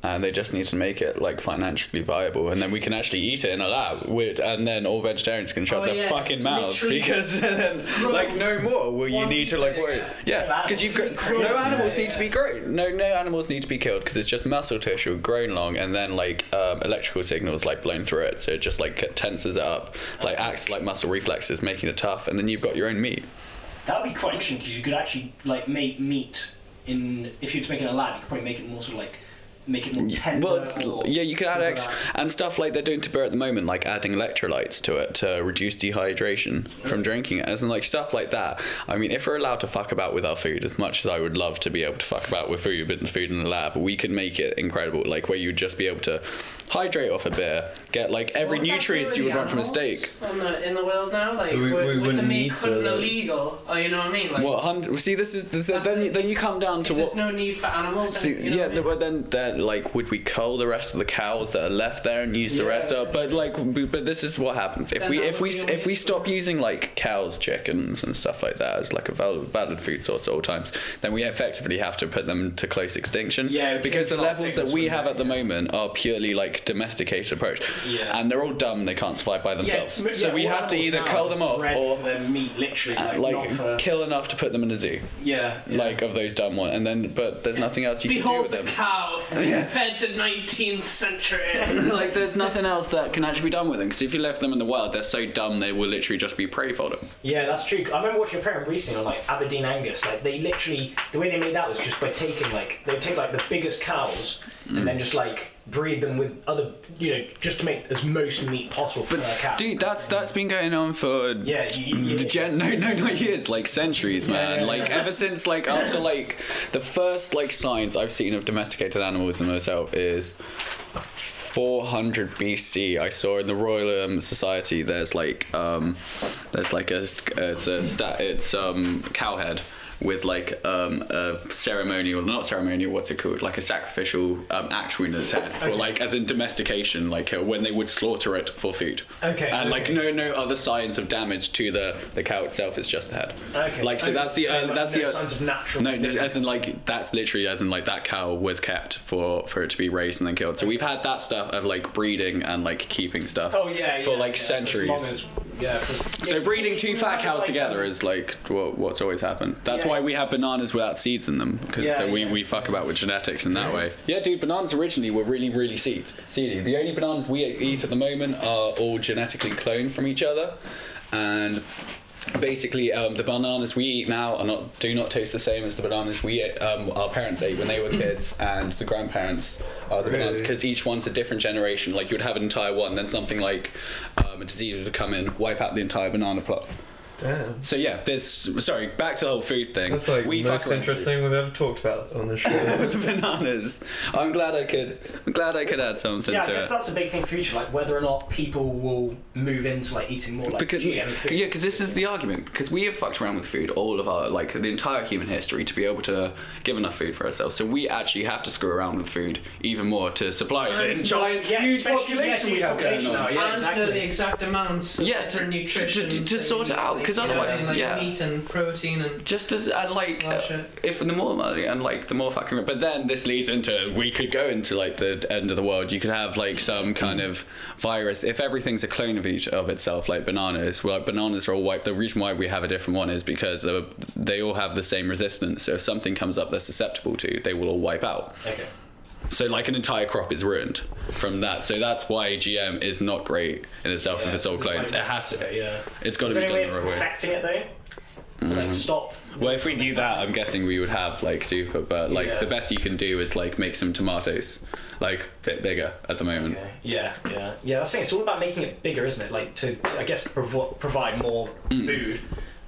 Speaker 4: and they just need to make it like financially viable, and then we can actually eat it in a lab. With and then all vegetarians can shut
Speaker 2: Oh,
Speaker 4: their
Speaker 2: yeah.
Speaker 4: fucking mouths
Speaker 2: Literally.
Speaker 4: because then, like no more will you
Speaker 2: One
Speaker 4: need to
Speaker 2: meat
Speaker 4: like worry.
Speaker 2: burger.
Speaker 4: Yeah,
Speaker 1: Yeah,
Speaker 4: because you've
Speaker 1: animals
Speaker 4: got
Speaker 1: need to be
Speaker 4: no
Speaker 1: grown.
Speaker 4: animals
Speaker 1: Yeah,
Speaker 4: need to be grown. No, no animals need to be killed because it's just muscle tissue grown long, and then like um, electrical signals like blown through it, so it just like tenses it up, like acts like muscle reflexes, making it tough, and then you've got your own meat.
Speaker 1: that would be quite interesting because you could actually like make meat in if you were to make it in a lab, you could probably make it more sort of like make it more tender.
Speaker 4: Well, it's,
Speaker 1: or
Speaker 4: yeah, you can add
Speaker 1: uh, things
Speaker 4: ex
Speaker 1: like that.
Speaker 4: and stuff like they're doing to beer at the moment, like adding electrolytes to it to reduce dehydration from drinking it, and like stuff like that. I mean, if we're allowed to fuck about with our food, as much as I would love to be able to fuck about with food, but food in the lab, we can make it incredible. Like where you'd just be able to hydrate off a beer, get like every nutrients you would want from a steak.
Speaker 2: On the, in the world now, like
Speaker 5: We- we
Speaker 2: with, with the
Speaker 5: wouldn't
Speaker 2: meat
Speaker 5: need
Speaker 2: cutting
Speaker 5: to-
Speaker 2: illegal, or uh, you know what I mean? Like,
Speaker 4: What hundred? See, this is this,
Speaker 2: That's
Speaker 4: then
Speaker 2: it.
Speaker 4: you, then you come down to
Speaker 2: There's
Speaker 4: what.
Speaker 2: no need for animals.
Speaker 4: See,
Speaker 2: and, you know
Speaker 4: yeah,
Speaker 2: what I mean?
Speaker 4: but then, then, like, would we cull the rest of the cows that are left there and use the rest
Speaker 1: Yes.
Speaker 4: up? But like, b- but this is what happens if
Speaker 2: Then
Speaker 4: we
Speaker 2: that would
Speaker 4: if we
Speaker 2: be a
Speaker 4: if we
Speaker 2: waste.
Speaker 4: stop using like cows, chickens, and stuff like that as like a valid, valid food source at all times, then we effectively have to put them to close extinction.
Speaker 1: Yeah, it takes
Speaker 4: because
Speaker 1: a
Speaker 4: the
Speaker 1: lot of
Speaker 4: levels that
Speaker 1: things
Speaker 4: we
Speaker 1: from
Speaker 4: have
Speaker 1: that,
Speaker 4: at the
Speaker 1: yeah.
Speaker 4: moment are purely like domesticated approach,
Speaker 1: Yeah.
Speaker 4: and they're all dumb. They can't survive by themselves.
Speaker 1: m-
Speaker 4: so
Speaker 1: yeah,
Speaker 4: we
Speaker 1: all
Speaker 4: have to
Speaker 1: animals
Speaker 4: either
Speaker 1: now
Speaker 4: cull
Speaker 1: are
Speaker 4: them off
Speaker 1: bred
Speaker 4: or.
Speaker 1: for their meat, literally,
Speaker 4: uh,
Speaker 1: like,
Speaker 4: like
Speaker 1: not for,
Speaker 4: kill enough to put them in a zoo,
Speaker 1: yeah, yeah.
Speaker 4: like of those dumb ones, and then but there's nothing else you can do
Speaker 2: Behold
Speaker 4: with
Speaker 2: the
Speaker 4: them.
Speaker 2: cow, fed the 19th century.
Speaker 4: like there's nothing else that can actually be done with them because if you left them in the wild they're so dumb they will literally just be prey for them
Speaker 1: Yeah, that's true. I remember watching a program recently on like Aberdeen Angus. Like they literally, the way they made that was just by taking like they would take like the biggest cows and then just like breed them with other, you know, just to make as most meat possible per cow.
Speaker 4: Dude, that's that's been going on for
Speaker 1: yeah, you, you,
Speaker 4: The gen- no, no, not years, like centuries, man.
Speaker 1: yeah,
Speaker 4: Like ever since, like after, like the first like signs I've seen of domesticated animals in myself is 400 BC. I saw in the Royal um, Society. There's like um, there's like a it's a stat. It's um cow head with like um a ceremonial, not ceremonial. What's it called? Like a sacrificial um axe wound in its head for like as in domestication, like uh, when they would slaughter it for food.
Speaker 1: Okay,
Speaker 4: And like
Speaker 1: okay.
Speaker 4: no no other signs of damage to the the cow itself. It's just the head.
Speaker 1: Okay.
Speaker 4: Like so
Speaker 1: Oh,
Speaker 4: that's the
Speaker 1: so,
Speaker 4: uh,
Speaker 1: like,
Speaker 4: that's
Speaker 1: no
Speaker 4: the
Speaker 1: signs of natural
Speaker 4: No,
Speaker 1: movement.
Speaker 4: as in like that's literally as in like that cow was kept for for it to be raised and then killed. So we've had that stuff of like breeding and like keeping stuff.
Speaker 1: Oh yeah,
Speaker 4: For
Speaker 1: yeah,
Speaker 4: like
Speaker 1: yeah, for
Speaker 4: centuries.
Speaker 1: As long as, yeah. For,
Speaker 4: so
Speaker 1: it's-
Speaker 4: breeding two
Speaker 1: it's
Speaker 4: fat
Speaker 1: like-
Speaker 4: cows
Speaker 1: like,
Speaker 4: together
Speaker 1: um,
Speaker 4: is like what, what's always happened. That's
Speaker 1: Yeah.
Speaker 4: why we have bananas without seeds in them because
Speaker 1: Yeah,
Speaker 4: we,
Speaker 1: yeah.
Speaker 4: we fuck about with genetics in that way. Yeah, dude, bananas originally were really really seed seedy. The only bananas we eat at the moment are all genetically cloned from each other, and basically um, the bananas we eat now are not do not taste the same as the bananas we ate, um, our parents ate when they were kids and the grandparents are the bananas
Speaker 5: Really?
Speaker 4: because each one's a different generation like you would have an entire one then something like um, a disease would come in wipe out the entire banana plot
Speaker 5: Damn.
Speaker 4: so yeah there's sorry back to the whole food thing
Speaker 5: That's like the most
Speaker 4: fuck around with
Speaker 5: interesting we've ever talked about on the
Speaker 4: food.
Speaker 5: show.
Speaker 4: with bananas i'm glad i could i'm glad i could add something
Speaker 1: Yeah, I
Speaker 4: to
Speaker 1: guess
Speaker 4: it
Speaker 1: that's a big thing for future, like whether or not people will move into like eating more like
Speaker 4: because
Speaker 1: GM food.
Speaker 4: yeah, because this is the argument. Because we have fucked around with food all of our like the entire human history to be able to give enough food for ourselves. So we actually have to screw around with food even more to supply the
Speaker 2: And-
Speaker 4: giant
Speaker 1: Yeah,
Speaker 4: huge
Speaker 1: especially-
Speaker 4: population
Speaker 1: yeah,
Speaker 4: we
Speaker 1: huge
Speaker 4: have going
Speaker 1: population
Speaker 4: on.
Speaker 1: now, yeah.
Speaker 2: and know
Speaker 1: exactly.
Speaker 2: the exact amounts of
Speaker 4: Yeah, to-
Speaker 2: different
Speaker 4: to-
Speaker 2: nutrition
Speaker 4: to- to
Speaker 2: so
Speaker 4: sort
Speaker 2: you
Speaker 4: it
Speaker 2: need,
Speaker 4: out, 'cause
Speaker 2: like, you know,
Speaker 4: otherwise-
Speaker 2: like
Speaker 4: yeah.
Speaker 2: meat and protein and
Speaker 4: Just as and like
Speaker 2: Oh, shit.
Speaker 4: uh, if the more money and like the more fucking but then this leads into we could go into like the end of the world. You could have like some kind of virus if everything's a clone of each of itself, like bananas. Well, like, bananas are all white. The reason why we have a different one is because uh, they all have the same resistance. So if something comes up they're susceptible to, they will all wipe out.
Speaker 1: Okay.
Speaker 4: So like an entire crop is ruined from that. So that's why GM is not great in itself if it's all
Speaker 1: like-
Speaker 4: clones. it has to.
Speaker 1: Yeah.
Speaker 4: It's got to
Speaker 1: Is
Speaker 4: be
Speaker 1: there
Speaker 4: done
Speaker 1: any
Speaker 4: the
Speaker 1: way of
Speaker 4: right way. Mm-hmm.
Speaker 1: perfecting it though? To, like stop.
Speaker 4: Well, if we do that, I'm guessing we would have like super, but like
Speaker 1: Yeah.
Speaker 4: the best you can do is like make some tomatoes, like bit bigger at the moment.
Speaker 1: Okay. Yeah, yeah, yeah. That's the thing. It's all about making it bigger, isn't it? Like to, I guess, provo- provide more
Speaker 4: Mm.
Speaker 1: food.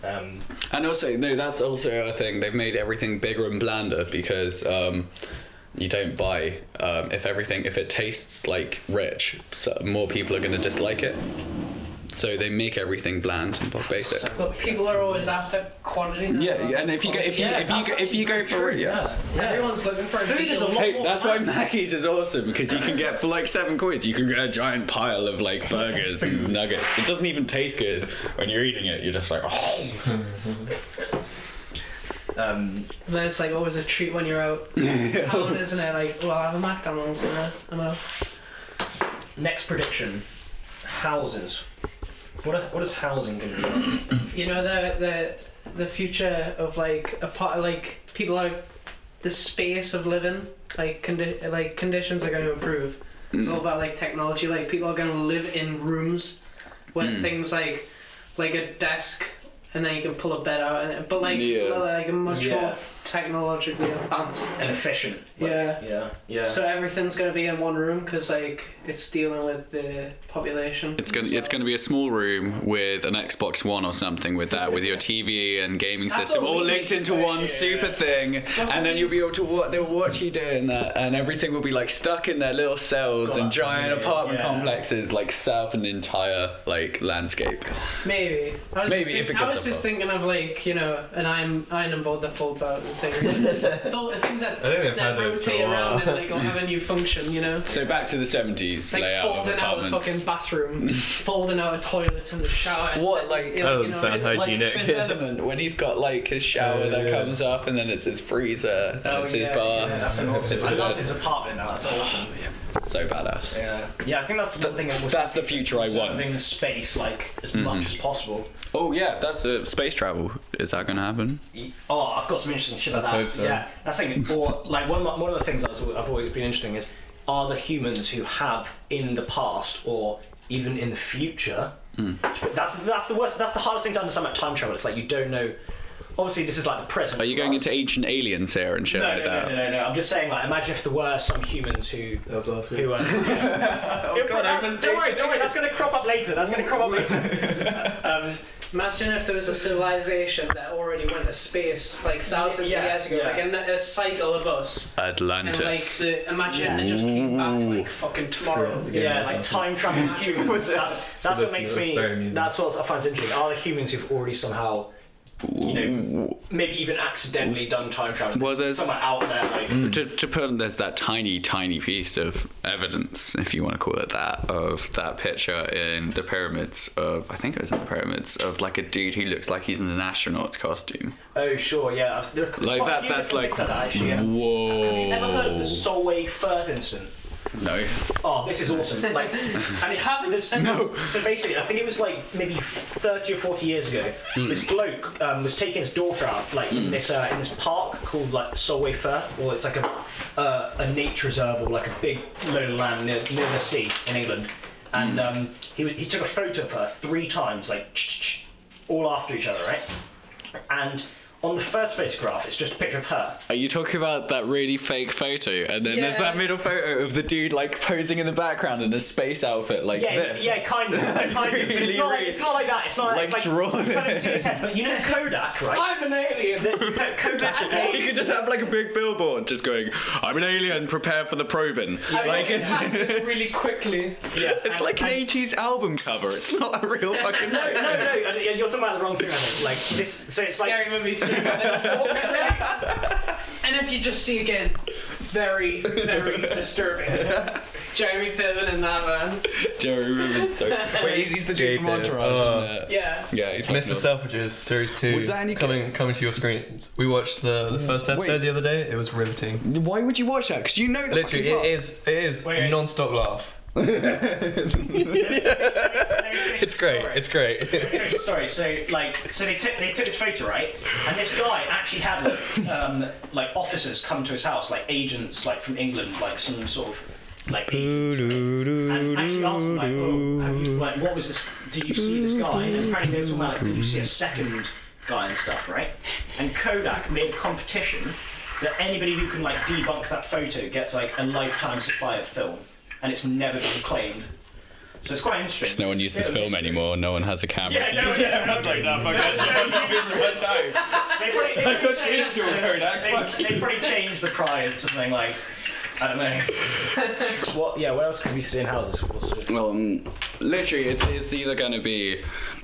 Speaker 1: Um,
Speaker 4: And also, no, that's also a thing. They've made everything bigger and blander because um, you don't buy um, if everything if it tastes like rich, so more people are going to dislike it. So they make everything bland and basic.
Speaker 2: but people are always after quantity now.
Speaker 4: Yeah, and if you go if you
Speaker 1: Yeah,
Speaker 4: if you
Speaker 1: that's
Speaker 4: go, if you go for it, Oh, yeah.
Speaker 1: yeah, yeah.
Speaker 2: everyone's looking for a
Speaker 1: Food is a
Speaker 2: deal.
Speaker 1: lot-
Speaker 4: Hey, that's why Mackey's is awesome because you can get for like seven quid, you can get a giant pile of like burgers and nuggets. It doesn't even taste good when you're eating it. You're just like, oh,
Speaker 1: Um,
Speaker 2: And then it's like always a treat when you're out town, isn't it? Like, well, I have a McDonald's and a- I'm out.
Speaker 1: next prediction: houses. What, are, what is housing going to be? like?
Speaker 2: You know the the the future of like a part like people are the space of living like condi- like conditions are going to improve.
Speaker 4: Mm.
Speaker 2: It's all about like technology. Like people are going to live in rooms with things like like a desk, and then you can pull a bed out. And it, but like
Speaker 4: Yeah.
Speaker 2: people are, like much
Speaker 1: Yeah.
Speaker 2: more technologically advanced.
Speaker 1: And efficient. like,
Speaker 2: Yeah.
Speaker 1: Yeah. Yeah.
Speaker 2: So everything's going to be in one room because like it's dealing with the population.
Speaker 4: It's gonna it's gonna be a small room with an Xbox One or something with that with your TV and gaming
Speaker 2: That's
Speaker 4: system
Speaker 2: what
Speaker 4: all
Speaker 2: we
Speaker 4: linked
Speaker 2: need.
Speaker 4: into one super thing, and then you'll be able to watch they'll watch you doing that, and everything will be like stuck in their little cells
Speaker 1: God,
Speaker 4: and
Speaker 1: that's
Speaker 4: giant
Speaker 1: amazing.
Speaker 4: apartment
Speaker 1: Yeah.
Speaker 4: complexes like set up an entire like landscape.
Speaker 2: Maybe. I was
Speaker 4: Maybe,
Speaker 2: just think-
Speaker 4: if it
Speaker 2: I
Speaker 4: gets
Speaker 2: was
Speaker 4: that
Speaker 2: just
Speaker 4: far.
Speaker 2: thinking of like you know an iron iron and board that folds out and things. Th- things that
Speaker 5: I think they've
Speaker 2: that
Speaker 5: had those for
Speaker 2: rotate
Speaker 5: a while.
Speaker 2: around and like will have a new function. You know,
Speaker 4: So back to the seventies
Speaker 2: like
Speaker 4: layout of
Speaker 2: folding out a
Speaker 4: apartments.
Speaker 2: fucking bathroom, folding out a toilet and a shower. It's
Speaker 4: What, like-
Speaker 2: you
Speaker 5: That
Speaker 2: know,
Speaker 5: doesn't sound
Speaker 2: you know,
Speaker 4: like
Speaker 5: hygienic.
Speaker 4: Fifth Element when he's got like his shower that
Speaker 5: Yeah.
Speaker 4: comes up and then it's his freezer and
Speaker 1: Oh,
Speaker 4: it's his
Speaker 1: yeah,
Speaker 4: bath.
Speaker 1: yeah, that's an awesome.
Speaker 4: It's
Speaker 1: I
Speaker 4: good.
Speaker 1: love his apartment now. That's awesome.
Speaker 4: So badass.
Speaker 1: Yeah. Yeah. I think that's the one thing. that was-
Speaker 4: That's the future I want. Mm-hmm.
Speaker 1: Conserving space like as much as possible.
Speaker 4: Oh yeah, that's uh, space travel. Is that gonna happen?
Speaker 1: Oh, I've got some interesting shit
Speaker 5: Let's
Speaker 1: like that.
Speaker 5: hope so.
Speaker 1: Yeah, that's the thing. Or like one of, my, one of the things that's, al- I've always been interesting is are the humans who have in the past or even in the
Speaker 4: Hmm.
Speaker 1: future. That's that's the worst. That's the hardest thing to understand about time travel. It's like you don't know obviously this is like the present.
Speaker 4: Are you
Speaker 1: for
Speaker 4: going
Speaker 1: us.
Speaker 4: into ancient aliens here and shit
Speaker 1: No,
Speaker 4: like
Speaker 1: no,
Speaker 4: that?
Speaker 1: no, no, no, no. I'm just saying, like, imagine if there were some humans who.
Speaker 5: That was last week.
Speaker 1: Who, uh, It'll pro- that's- don't worry, don't worry. That's going to crop up later. That's going to crop up later. um,
Speaker 2: Imagine if there was a civilization that already went to space like thousands
Speaker 1: Yeah,
Speaker 2: of years ago,
Speaker 1: yeah.
Speaker 2: like a, a cycle of us. And like
Speaker 4: Atlantis.
Speaker 2: the imagine if they just came back like fucking tomorrow.
Speaker 5: Yeah.
Speaker 1: yeah, like time traveling humans. That's, that's
Speaker 5: that's-
Speaker 1: what makes
Speaker 5: that's
Speaker 1: me.
Speaker 5: very amusing.
Speaker 1: That's what I find interesting. Are the humans who've already somehow, you know, maybe even accidentally done time travel?
Speaker 4: Well, there's- Mm.
Speaker 1: someone out there like.
Speaker 4: To, to put on, there's that tiny, tiny piece of evidence, if you want to call it that, of that picture in the pyramids of, I think it was in the pyramids, of like a dude who looks like he's in an astronaut's costume.
Speaker 1: Oh sure, yeah. I've, there are quite
Speaker 4: Like
Speaker 1: a
Speaker 4: that,
Speaker 1: few
Speaker 4: that's
Speaker 1: different
Speaker 4: like,
Speaker 1: things that, actually. Yeah.
Speaker 4: whoa.
Speaker 1: Have you ever heard of the Solway Firth incident?
Speaker 4: No.
Speaker 1: Oh, this is awesome! Like, and it's
Speaker 2: Haven't-
Speaker 1: this, So basically, I think it was like maybe thirty or forty years ago. This bloke um, was taking his daughter out, like in this uh, in this park called like Solway Firth, or it's like a uh, a nature reserve or like a big load of land near, near the sea in England. And um, he wa- he took a photo of her three times, like all after each other, right? And on the first photograph, it's just a picture of her.
Speaker 4: Are you talking about that really fake photo? And then there's
Speaker 2: Yeah.
Speaker 4: that middle photo of the dude like posing in the background in a space outfit like
Speaker 1: Yeah,
Speaker 4: this.
Speaker 1: yeah, kind of, kind of. But it's
Speaker 4: Really
Speaker 1: not, like,
Speaker 4: rude.
Speaker 1: it's not like that. It's not like,
Speaker 4: Like
Speaker 1: it's like
Speaker 4: drawn
Speaker 1: You kind of see his head, but you know Kodak, right?
Speaker 2: I'm an alien.
Speaker 1: The- Kodak.
Speaker 4: You could just have like a big billboard just going, I'm an alien, prepare for the probing. Like it's,
Speaker 2: That's just really quickly.
Speaker 1: yeah,
Speaker 4: it's
Speaker 1: and-
Speaker 4: like an
Speaker 1: and-
Speaker 4: 80s album cover. It's not a real fucking.
Speaker 1: No, no, no. and You're talking about the wrong thing. I think. Like this. So it's like
Speaker 2: Scary movie too. and if you just see again, very, very disturbing. Jeremy Piven in that van.
Speaker 4: Jerry Rubin's so. Wait, he's the dude from
Speaker 5: Jacob,
Speaker 4: Entourage.
Speaker 5: uh,
Speaker 4: isn't it?
Speaker 2: Yeah.
Speaker 4: yeah, he's
Speaker 5: Mr. Selfridges series two
Speaker 4: Was that any-
Speaker 5: coming coming to your screens. We watched the, the first episode
Speaker 4: Wait.
Speaker 5: the other day. It was riveting.
Speaker 4: Why would you watch that? Because you know the
Speaker 5: Literally, it is it is
Speaker 1: Wait, wait.
Speaker 5: non-stop laugh.
Speaker 1: it's
Speaker 5: It's great. It's great.
Speaker 1: Sorry, so like, so they took they took this photo, right? And this guy actually had like, um, like officers come to his house, like agents, like from England, like some sort of like agents, right? and actually asked him, like, oh, have you, like, what was this? Did you see this guy? And apparently they were talking about, like, did you see a second guy and stuff, right? And Kodak made a competition that anybody who can like debunk that photo gets like a lifetime supply of film, and it's never been claimed. So it's quite interesting.
Speaker 4: No one uses
Speaker 1: It's a bit of a
Speaker 4: film
Speaker 1: mystery.
Speaker 4: anymore. No one has a camera.
Speaker 1: Yeah, no, yeah, that's like that. They probably, they, probably changed, they, they probably changed the prize to something like I don't know. what? Yeah, what else could we see in houses? What's-
Speaker 4: Well, um, literally, it's, it's either going to be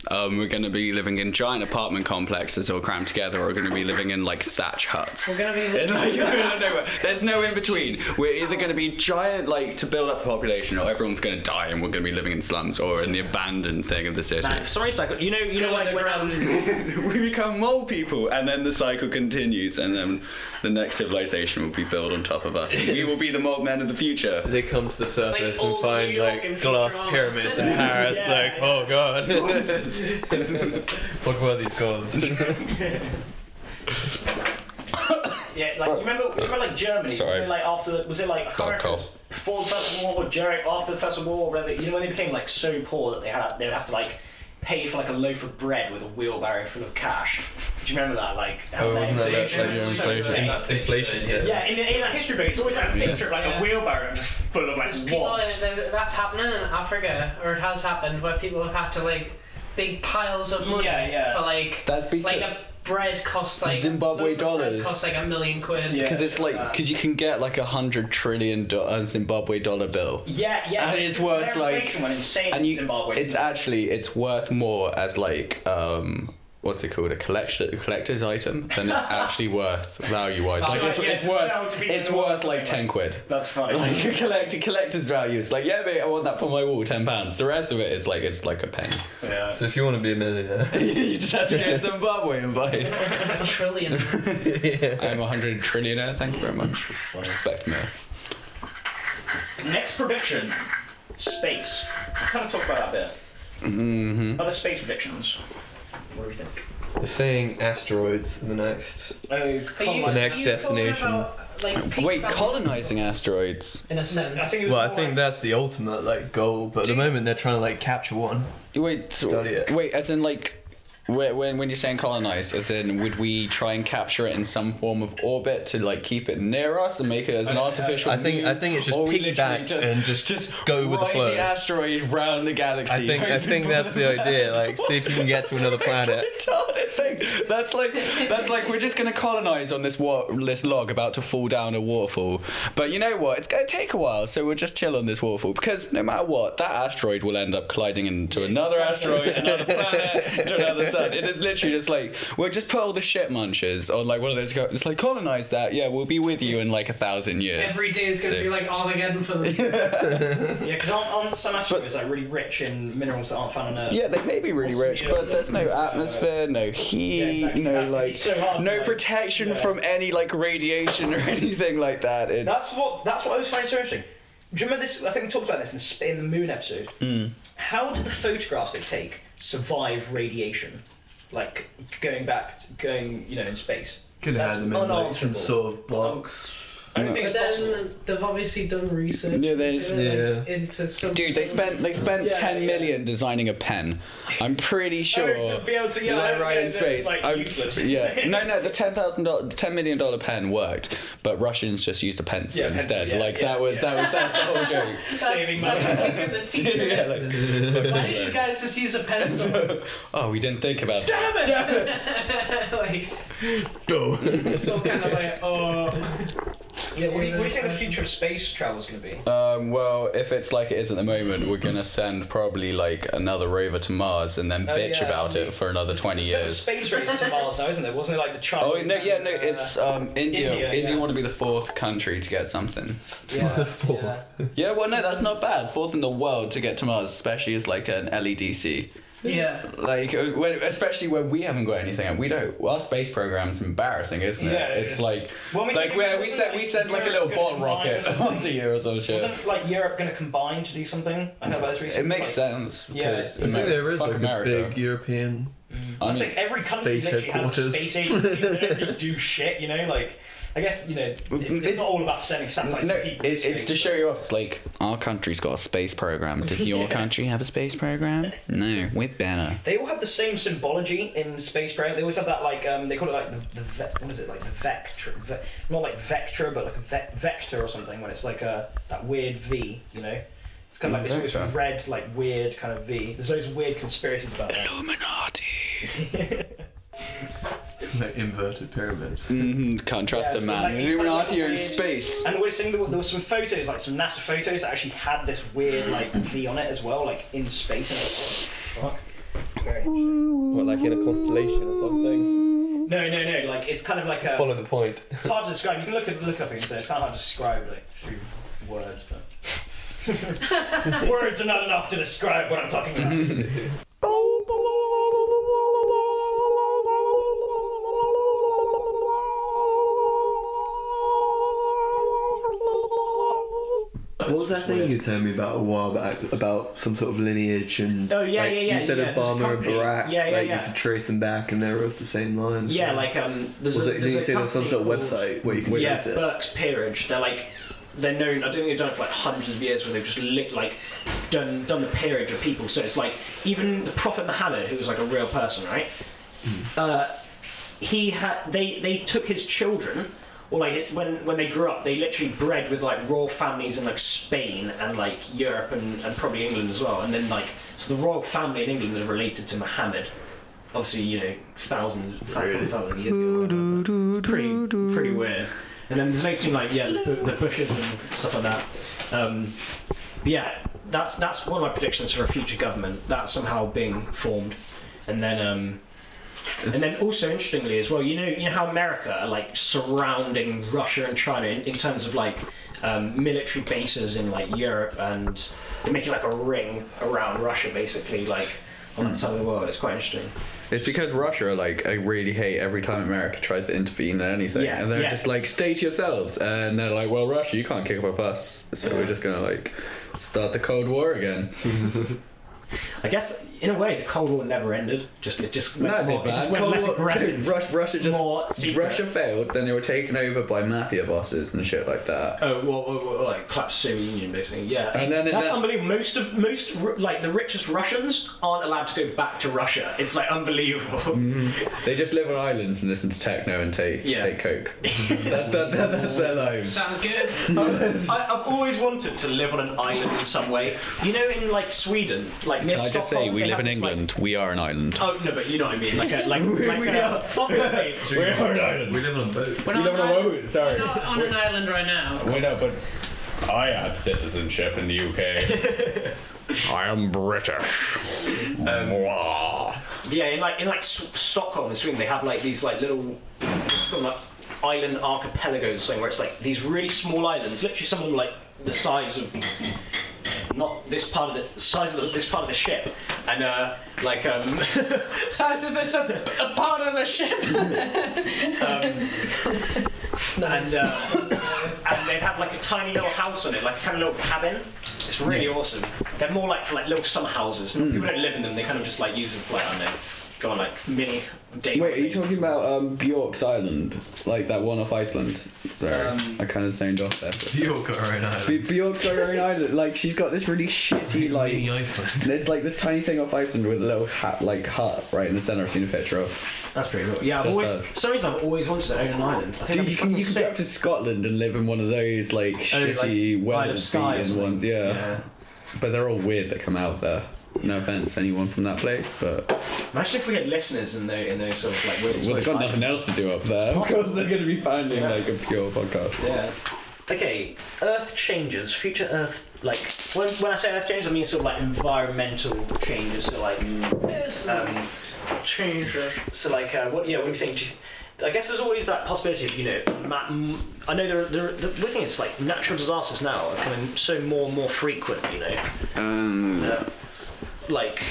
Speaker 4: um, we're going to be living in giant apartment complexes all crammed together, or we're going to be living in like thatch huts.
Speaker 2: We're gonna be
Speaker 4: In, like, the middle of nowhere. There's no in between. We're either going to be giant, like to build up a population, or everyone's going to die, and we're going to be living in slums or in the abandoned thing of the city.
Speaker 1: Man, for some reason, I got, you know, you know,
Speaker 2: Go
Speaker 1: like when, um,
Speaker 2: underground.
Speaker 4: we become mole people, and then the cycle continues, and then the next civilization will be built on top of us. we will be the mole men of the future.
Speaker 5: They come to the surface and
Speaker 2: old
Speaker 5: find
Speaker 2: New York
Speaker 5: like
Speaker 2: and
Speaker 5: glass
Speaker 2: Futurama.
Speaker 5: pyramids in Paris.
Speaker 1: Yeah,
Speaker 5: like,
Speaker 1: yeah.
Speaker 5: oh god, what were these gods?
Speaker 1: yeah, like you remember, you remember like Germany.
Speaker 4: Sorry.
Speaker 1: Was it like after the, was it like I can't
Speaker 4: Got a
Speaker 1: remember if it was
Speaker 4: cough.
Speaker 1: before the First World War or during after the First World War or whatever? You know when they became like so poor that they had they would have to like pay for like a loaf of bread with a wheelbarrow full of cash. Do you remember that? Like how
Speaker 5: Oh, wasn't that that
Speaker 1: inflation
Speaker 5: like
Speaker 1: was so
Speaker 5: inflation?
Speaker 1: insane.
Speaker 5: Inflation, yes.
Speaker 1: Yeah, in, in that history book, it's always that picture of like
Speaker 2: Yeah.
Speaker 1: a wheelbarrow just full of like
Speaker 2: There's people
Speaker 1: wads.
Speaker 2: that- that's happening in Africa, or it has happened, where people have had to like big piles of money
Speaker 1: Yeah, yeah.
Speaker 2: for like
Speaker 4: That's because-
Speaker 2: like a bread costs like loaf
Speaker 4: Zimbabwe
Speaker 2: of bread
Speaker 4: dollars.
Speaker 2: costs like a million quid.
Speaker 1: Yeah.
Speaker 4: Because it's like, because you can get like a hundred trillion do- uh, Zimbabwe dollar bill,
Speaker 1: Yeah, yeah.
Speaker 4: And it's worth,
Speaker 1: their
Speaker 4: like-
Speaker 1: inflation went insane
Speaker 4: and
Speaker 1: in
Speaker 4: you,
Speaker 1: Zimbabwe.
Speaker 4: it's actually it's worth more as like um, what's it called, a collection collector's item than it's actually worth value wise. Like
Speaker 1: Yeah,
Speaker 4: it's,
Speaker 1: yeah,
Speaker 4: Uh, it's
Speaker 1: to sell to
Speaker 4: worth
Speaker 1: people
Speaker 4: it's
Speaker 1: in the
Speaker 4: worth
Speaker 1: world,
Speaker 4: like
Speaker 1: something
Speaker 4: ten quid.
Speaker 1: That's funny.
Speaker 4: Like a collector collector's value. It's like yeah, mate, I want that for my wall, ten pounds. The rest of it is like it's like a penny.
Speaker 1: yeah.
Speaker 5: So if you want to be a millionaire,
Speaker 4: you just have to go to Zimbabwe and buy it.
Speaker 2: A trillion.
Speaker 4: I'm a hundred trillionaire. Thank you very much. Respect me.
Speaker 1: Next prediction space. We'll kind of talk about that there. Mm-hmm. Other space predictions. What do we think?
Speaker 5: they're saying asteroids in the next.
Speaker 1: Oh,
Speaker 2: But you-
Speaker 5: The next
Speaker 2: you talking
Speaker 5: destination.
Speaker 2: about, like, people
Speaker 4: Wait,
Speaker 2: that-
Speaker 4: colonizing asteroids.
Speaker 2: In a sense.
Speaker 1: I think it was
Speaker 5: Well, I
Speaker 1: more
Speaker 5: think
Speaker 1: like-
Speaker 5: that's the ultimate like goal, but at the moment they're trying to like capture one.
Speaker 4: Wait, so-
Speaker 5: Study it.
Speaker 4: wait, as in like When, when when you're saying colonize, as in, would we try and capture it in some form of orbit to like keep it near us and make it as an artificial?
Speaker 8: Uh, I think- I
Speaker 4: moon?
Speaker 8: think it's just
Speaker 4: Or we
Speaker 8: piggyback
Speaker 4: literally
Speaker 8: and just go with the
Speaker 4: ride
Speaker 8: flow.
Speaker 4: the asteroid round the galaxy.
Speaker 8: I think I think that's the idea. Like, see if you can get to another planet.
Speaker 4: That's a retarded thing. That's like that's like we're just gonna colonize on this wa- this log about to fall down a waterfall. But you know what? It's gonna take a while, so we'll just chill on this waterfall because no matter what, that asteroid will end up colliding into another asteroid, another planet, into another sun. It is literally just like we'll just put all the shit munchers on like one of those. co- It's like colonize that. Yeah, we'll be with you in like a thousand years.
Speaker 2: Every day is going to be like Armageddon for them.
Speaker 1: Yeah, because on, on some asteroids, like really rich in minerals that aren't found on Earth. Uh,
Speaker 4: Yeah, they may be really
Speaker 1: Also,
Speaker 4: rich,
Speaker 1: you know,
Speaker 4: but there's no atmosphere, no heat,
Speaker 1: Yeah, exactly.
Speaker 4: no
Speaker 1: It's
Speaker 4: like,
Speaker 1: so hard to,
Speaker 4: no
Speaker 1: like-
Speaker 4: protection
Speaker 1: yeah.
Speaker 4: from any like radiation or anything like that. It's,
Speaker 1: That's what that's what I was finding so interesting. Do you remember this? I think we talked about this in, Sp- in the Moon episode.
Speaker 4: Mm.
Speaker 1: How did the photographs they take survive radiation? Like going back, to, going you know in space.
Speaker 5: Could have
Speaker 1: That's
Speaker 5: had them in like some
Speaker 1: unanswerable.
Speaker 5: sort of box.
Speaker 1: I don't think
Speaker 2: But
Speaker 1: it's possible.
Speaker 2: then they've obviously done research.
Speaker 4: Yeah, there's-
Speaker 2: into- Into some
Speaker 4: dude, they spent they spent
Speaker 1: Yeah,
Speaker 4: ten million
Speaker 1: yeah.
Speaker 4: designing a pen. I'm pretty sure.
Speaker 1: Oh, to be able to,
Speaker 4: to
Speaker 1: yeah,
Speaker 4: like
Speaker 1: yeah,
Speaker 4: write in
Speaker 1: it's
Speaker 4: space.
Speaker 1: Like
Speaker 4: I'm-
Speaker 1: useless.
Speaker 4: yeah, no, no, the ten thousand dollar, ten million dollar pen worked, but Russians just used a pencil
Speaker 1: Yeah, pencil,
Speaker 4: instead.
Speaker 1: yeah,
Speaker 4: like
Speaker 1: yeah,
Speaker 4: that was
Speaker 1: yeah.
Speaker 4: that was that's the whole joke.
Speaker 2: That's,
Speaker 1: saving
Speaker 2: that's a kick in the teeth.
Speaker 4: yeah, like,
Speaker 2: Why didn't you guys just use a pencil?
Speaker 4: oh, we didn't think about that.
Speaker 2: Damn it! like, it's all kind of like, oh.
Speaker 1: Yeah, what do, you, what do you think the future of space travel is going to be?
Speaker 4: Um, well, if it's like it is at the moment, we're gonna send probably like another rover to Mars and then
Speaker 1: Oh,
Speaker 4: bitch
Speaker 1: yeah.
Speaker 4: about it for another twenty
Speaker 1: There's been a
Speaker 4: years.
Speaker 1: Space race to Mars, now, isn't there? Wasn't it like the China?
Speaker 4: Oh no, yeah, no, it's um, India.
Speaker 1: uh, India,
Speaker 4: India,
Speaker 1: yeah.
Speaker 4: want to be the fourth country to get something.
Speaker 1: yeah, yeah.
Speaker 4: Yeah, well, no, that's not bad. Fourth in the world to get to Mars, especially as like an E LEDC.
Speaker 2: Yeah.
Speaker 4: Like, uh, when, especially when we haven't got anything, and we don't. Our space program's embarrassing, isn't it?
Speaker 1: Yeah, it
Speaker 4: it's
Speaker 1: is.
Speaker 4: like,
Speaker 1: Well, we
Speaker 4: like
Speaker 1: think-
Speaker 4: where we
Speaker 1: wasn't,
Speaker 4: sent
Speaker 1: like,
Speaker 4: we sent like a
Speaker 1: Europe
Speaker 4: little bot
Speaker 1: gonna combine or
Speaker 4: rocket
Speaker 1: something?
Speaker 4: onto you or some shit.
Speaker 1: Wasn't like Europe going to combine to do something? I heard about this
Speaker 4: It
Speaker 1: recently.
Speaker 4: makes
Speaker 1: like,
Speaker 4: sense.
Speaker 1: Yeah.
Speaker 4: because
Speaker 5: I think there is
Speaker 4: fuck
Speaker 5: like
Speaker 4: America.
Speaker 5: a big European.
Speaker 1: I
Speaker 4: I mean,
Speaker 1: think every country
Speaker 5: space
Speaker 1: literally has a
Speaker 5: headquarters.
Speaker 1: space agency that really do shit, you know? Like, I guess, you know, it, it's
Speaker 4: It-
Speaker 1: not all about sending satellites
Speaker 4: Mm-hmm. No,
Speaker 1: to
Speaker 4: it,
Speaker 1: people. in
Speaker 4: it's to
Speaker 1: space,
Speaker 4: show you off. It's like our country's got a space program. Does your country have a space program? No, we're better.
Speaker 1: but They all have the same symbology in space program. They always have that, like, um, they call it, like, the, the ve- what is it, like, the vector, ve- not like vector, but like a ve- vector or something, when it's like a, that weird V, you know? It's kind of like this
Speaker 4: Vector.
Speaker 1: always red, like, weird kind of V. There's those weird conspiracies about that.
Speaker 4: Illuminati.
Speaker 5: Like inverted pyramids.
Speaker 4: hmm Can't trust
Speaker 1: Yeah,
Speaker 4: a man.
Speaker 1: like,
Speaker 4: Illuminati are in
Speaker 1: like-
Speaker 4: space.
Speaker 1: And the weird thing, there were, there were some photos, like some NASA photos, that actually had this weird like V on it as well, like in space. And I was like, what the fuck? Very interesting.
Speaker 8: What, like in a constellation or something?
Speaker 1: No, no, no. Like it's kind of like a.
Speaker 8: Follow the point.
Speaker 1: It's hard to describe. You can look at look up it, so it's kind of hard to describe like through words, but. words are not enough to describe what I'm talking about.
Speaker 5: What was that thing you were telling me about a while back about some sort of lineage and
Speaker 1: Oh, yeah,
Speaker 5: like,
Speaker 1: yeah, yeah,
Speaker 5: you said
Speaker 1: yeah, there's a
Speaker 5: Obama and
Speaker 1: company.
Speaker 5: Barack
Speaker 1: Yeah, yeah,
Speaker 5: like
Speaker 1: yeah.
Speaker 5: you could trace them back and they're off the same lines.
Speaker 1: yeah, like um, there's
Speaker 5: was
Speaker 1: a,
Speaker 5: it,
Speaker 1: there's
Speaker 5: did you
Speaker 1: a
Speaker 5: say there was some sort of
Speaker 1: company called-
Speaker 5: website where you can
Speaker 1: yeah,
Speaker 5: trace it?
Speaker 1: Burke's Peerage. They're like they're known. I don't think they've done it for like hundreds of years, where they've just lit, like done done the peerage of people. So it's like even the Prophet Muhammad, who was like a real person, right?
Speaker 5: Hmm.
Speaker 1: Uh, he had they they took his children. Or like it, when when they grew up, they literally bred with like royal families in like Spain and like Europe and, and probably England as well. And then like so the royal family in England are related to Muhammad. Obviously, you know, thousands, thousands, thousands of years ago. It's pretty, pretty weird. And then there's no thing like yeah, the, the bushes and stuff like that. Um, but yeah, that's that's one of my predictions for a future government. That somehow being formed, and then um, and then also interestingly as well, you know, you know how America are like surrounding Russia and China in, in terms of like um, military bases in like Europe, and they're making like a ring around Russia basically, like on that side of the world. It's quite interesting.
Speaker 4: It's because Russia, like, I really hate every time America tries to intervene in anything.
Speaker 1: Yeah,
Speaker 4: and they're
Speaker 1: yeah.
Speaker 4: just like, stay to yourselves. And they're like, well, Russia, you can't kick up us. So
Speaker 1: Yeah.
Speaker 4: we're just gonna, like, start the Cold War again.
Speaker 1: I guess in a way the Cold War never ended. Just it just went,
Speaker 4: No, Uh,
Speaker 1: more, it just went less aggressive.
Speaker 4: Russia, Russia just
Speaker 1: more secret.
Speaker 4: Russia failed. Then they were taken over by mafia bosses and shit like that.
Speaker 1: Oh well, well, well, like collapse Soviet Union basically. Yeah,
Speaker 4: And then-
Speaker 1: that's
Speaker 4: and then-
Speaker 1: unbelievable. Most of most ru- like the richest Russians aren't allowed to go back to Russia. It's like unbelievable.
Speaker 4: Mm. They just live on islands and listen to techno and take
Speaker 1: Yeah.
Speaker 4: take coke. that, that, that, that's their life.
Speaker 2: Sounds good.
Speaker 1: I, I've always wanted to live on an island in some way. You know, in like Sweden, like near
Speaker 4: Can I just
Speaker 1: Stockholm,
Speaker 4: say we
Speaker 1: they
Speaker 4: live
Speaker 1: have
Speaker 4: in
Speaker 1: this, like-
Speaker 4: England. We are an island.
Speaker 1: Oh no, but you know what I mean. Like, a, like, like
Speaker 4: we
Speaker 1: a- obviously, we're-
Speaker 4: an island.
Speaker 5: We live on a boat.
Speaker 2: We're
Speaker 4: We
Speaker 2: not,
Speaker 4: live
Speaker 2: on, an
Speaker 4: on a
Speaker 2: island-
Speaker 4: road. Sorry.
Speaker 2: we're not on an island right now.
Speaker 4: We know, but
Speaker 9: I have citizenship in the UK. I am British.
Speaker 4: Um,
Speaker 9: Mwah.
Speaker 1: yeah, in like in like S- Stockholm in Sweden, they have like these like little it's called like island archipelagos or something where it's like these really small islands, literally some of them like the size of not this part of the size of the, this part of the ship, and uh, like um,
Speaker 2: Sounds if it's a, a part of the ship. Um,
Speaker 1: and uh, and they'd have like a tiny little house on it, like a kind of little cabin. It's really awesome. They're more like for like little summer houses.
Speaker 4: Hmm.
Speaker 1: People don't live in them; they kind of just like use them for like I don't know, go on like mini day.
Speaker 4: wait, are you
Speaker 1: holidays or
Speaker 4: talking
Speaker 1: something.
Speaker 4: about um, Bjork's Island, like that one off Iceland? Sorry,
Speaker 1: Um,
Speaker 4: I kind of zoned off there. but-
Speaker 10: You've got our own island.
Speaker 4: Bj- Bjork's got her own island. Like she's got this really shitty like.
Speaker 10: Mini Iceland.
Speaker 4: There's like this tiny thing off Iceland with a little hat, like hut right in the center. I've seen a picture of.
Speaker 1: That's pretty cool. Yeah, I've
Speaker 4: That's
Speaker 1: always,
Speaker 4: us.
Speaker 1: for some reason, I've always wanted to own an island. I think
Speaker 4: Dude,
Speaker 1: that'd be
Speaker 4: you can you
Speaker 1: fucking
Speaker 4: can go up
Speaker 1: sick.
Speaker 4: to Scotland and live in one of those like
Speaker 1: Oh,
Speaker 4: shitty,
Speaker 1: Isle
Speaker 4: well
Speaker 1: of Skye or
Speaker 4: beaten
Speaker 1: something.
Speaker 4: ones. Yeah. but they're all weird that come out of there. No offense, anyone from that place, but
Speaker 1: Imagine if we had listeners in, the, in those sort of like weird
Speaker 4: well, they've
Speaker 1: Scottish
Speaker 4: got nothing
Speaker 1: islands.
Speaker 4: else to do up there. Of course, they're going to be finding like obscure podcasts.
Speaker 1: Yeah. Okay, Earth changes, future Earth, like, when, when I say Earth changes, I mean sort of like environmental changes, so like, um,
Speaker 2: Change it.
Speaker 1: so like, uh, what, yeah, what do you think? Do you, th- I guess there's always that possibility of, you know, ma- m- I know there, there, the weird thing is, like, natural disasters now are coming so more and more frequent, you know, Uh,
Speaker 3: Um,
Speaker 1: like,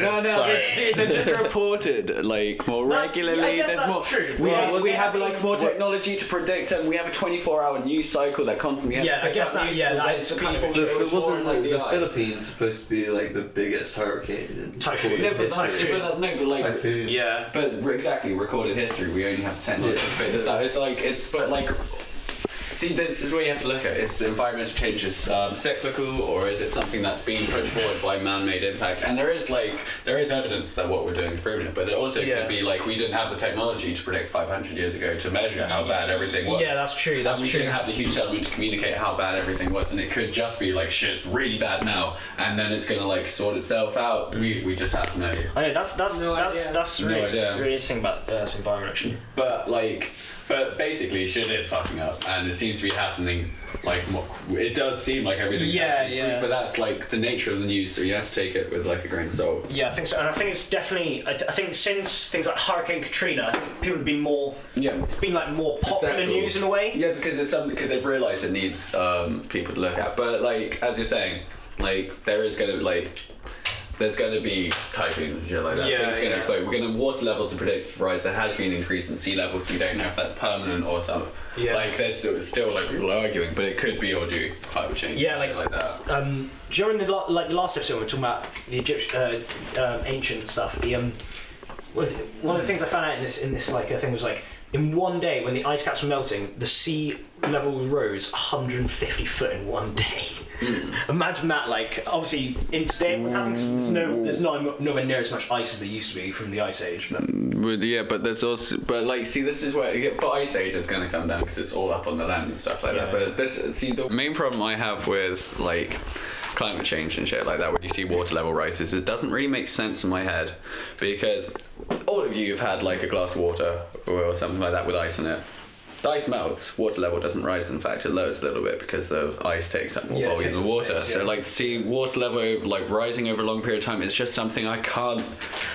Speaker 3: no, no, they, they're just reported like more
Speaker 1: That's- yeah, I
Speaker 3: regularly.
Speaker 1: guess
Speaker 3: There's
Speaker 1: that's
Speaker 3: more,
Speaker 1: true.
Speaker 3: We,
Speaker 1: Well,
Speaker 3: have, we
Speaker 1: yeah.
Speaker 3: have like more technology to predict, and we have a 24-hour news cycle that constantly. has to
Speaker 1: Yeah, I
Speaker 3: pick
Speaker 1: guess
Speaker 3: up
Speaker 1: that-
Speaker 3: news
Speaker 1: yeah,
Speaker 3: because
Speaker 1: that
Speaker 3: there's
Speaker 1: is kind of
Speaker 3: people
Speaker 1: true.
Speaker 3: that
Speaker 5: It wasn't like the
Speaker 3: eye.
Speaker 5: Philippines supposed to be like the biggest hurricane in
Speaker 1: Typhoon.
Speaker 5: recorded
Speaker 1: No, but
Speaker 5: history.
Speaker 1: typhoon.
Speaker 3: But, no, but like,
Speaker 5: Typhoon.
Speaker 1: yeah,
Speaker 3: but we're exactly recorded history. We only have ten years to figure this out. It's like it's but like. See, this is where you have to look at. Is the environmental changes um, cyclical, or is it something that's being pushed forward by man-made impact? And there is like there is evidence that what we're doing is proven it, but it also
Speaker 1: Yeah.
Speaker 3: could be like we didn't have the technology to predict 500 years ago to measure how bad everything was.
Speaker 1: yeah, that's true, that's
Speaker 3: and we
Speaker 1: true.
Speaker 3: didn't have the huge settlement to communicate how bad everything was, and it could just be like shit's really bad now, and then it's gonna like sort itself out. We, we just have to know.
Speaker 1: I know that's that's
Speaker 2: No
Speaker 1: that's
Speaker 2: idea.
Speaker 1: that's
Speaker 3: No
Speaker 1: really,
Speaker 3: idea.
Speaker 1: really interesting about uh, this environment actually.
Speaker 3: But like, but basically, shit is fucking up, and it seems to be happening. Like, mo- it does seem like everything's
Speaker 1: Yeah,
Speaker 3: happening,
Speaker 1: yeah.
Speaker 3: But that's like the nature of the news, so you have to take it with like a grain of salt.
Speaker 1: Yeah, I think so, and I think it's definitely. I, I think since things like Hurricane Katrina, I think people have been more.
Speaker 3: Yeah.
Speaker 1: It's been like more popular
Speaker 3: Susceptible.
Speaker 1: news in a way.
Speaker 3: Yeah, because it's something because they've realised it needs um, people to look at. But like, as you're saying, like there is gonna like. There's going to be typhoons and shit like that.
Speaker 1: Yeah,
Speaker 3: Things going
Speaker 1: yeah.
Speaker 3: to explode. We're going to water levels are predicted to rise. There has been an increase in sea levels. We don't know if that's permanent or something.
Speaker 1: Yeah.
Speaker 3: Like there's still, still like people are arguing, but it could be all due to climate change.
Speaker 1: Yeah,
Speaker 3: and
Speaker 1: like-
Speaker 3: shit like that.
Speaker 1: Um, during the la- like the last episode, we were talking about the Egyptian uh, um, ancient stuff. The um, one of the- one of the things I found out in this in this like uh, thing was like in one day when the ice caps were melting, the sea level rose 150 foot in one day.
Speaker 3: Hmm.
Speaker 1: Imagine that. Like obviously in today, it would happen 'cause there's no there's not nowhere near as much ice as there used to be from the ice age. But
Speaker 3: But yeah, but there's also but like see this is where yeah, for Ice Age it's gonna come down because it's all up on the land and stuff like that. But this see the main problem I have with like climate change and shit like that when you see water level rises it doesn't really make sense in my head because all of you have had like a glass of water or something like that with ice in it. The ice melts, water level doesn't rise. In fact, it lowers a little bit because the ice takes up more
Speaker 1: Yeah, it
Speaker 3: volume
Speaker 1: takes
Speaker 3: of
Speaker 1: up
Speaker 3: water.
Speaker 1: space,
Speaker 3: So
Speaker 1: yeah.
Speaker 3: like, see, water level like rising over a long period of time is just something I can't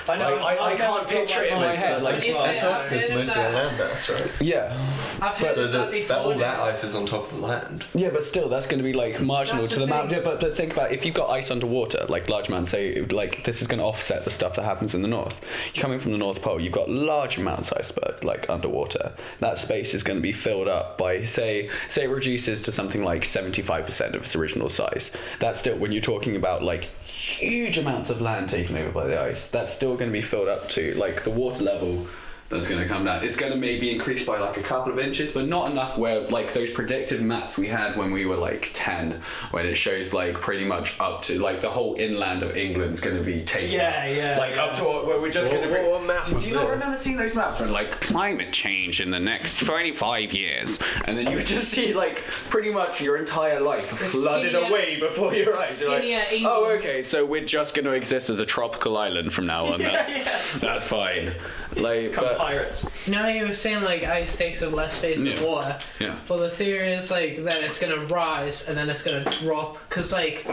Speaker 11: I know.
Speaker 12: I, I, I can't picture it in my head. Like,
Speaker 2: If it happened,
Speaker 13: It's mostly a
Speaker 5: uh,
Speaker 2: that-
Speaker 13: land bass, right?
Speaker 3: Yeah,
Speaker 2: I've heard
Speaker 13: So
Speaker 2: of that
Speaker 13: that,
Speaker 2: before.
Speaker 13: that all that
Speaker 2: now.
Speaker 13: ice is on top of the land.
Speaker 3: yeah, but still, that's going to be like marginal
Speaker 2: That's
Speaker 3: to the,
Speaker 2: the
Speaker 3: map.
Speaker 2: thing.
Speaker 3: Yeah, but, but think about if you've got ice underwater, like large amounts. Say, like this is going to offset the stuff that happens in the north. You're coming from the North Pole. You've got large amounts of icebergs like underwater. That space is going to be filled up by say say it reduces to something like 75% of its original size. That's still when you're talking about like huge amounts of land taken over by the ice. That's still going to be filled up to like the water level that's going to come down. It's going to maybe increase by like a couple of inches, but not enough where like those predicted maps we had when we were like 10, when it shows like pretty much up to like the whole inland of England's going to be taken.
Speaker 1: Yeah, yeah,
Speaker 12: like up to where we're just
Speaker 13: What,
Speaker 12: going to
Speaker 13: what,
Speaker 12: bring.
Speaker 13: what map was
Speaker 12: Do you not
Speaker 13: this?
Speaker 12: remember seeing those maps when like
Speaker 4: Climate change in the next 25 years.
Speaker 12: and then you would just see like pretty much your entire life flooded
Speaker 2: skinnier-
Speaker 12: away before your eyes. You're like,
Speaker 2: skinnier England.
Speaker 12: oh, okay, so we're just going to exist as a tropical island from now on. that's, that's fine. Like, but-
Speaker 1: pirates.
Speaker 2: Now you were saying like ice takes up less space
Speaker 4: Yeah.
Speaker 2: than water.
Speaker 4: Yeah.
Speaker 2: Well, the theory is like that it's gonna rise and then it's gonna drop because like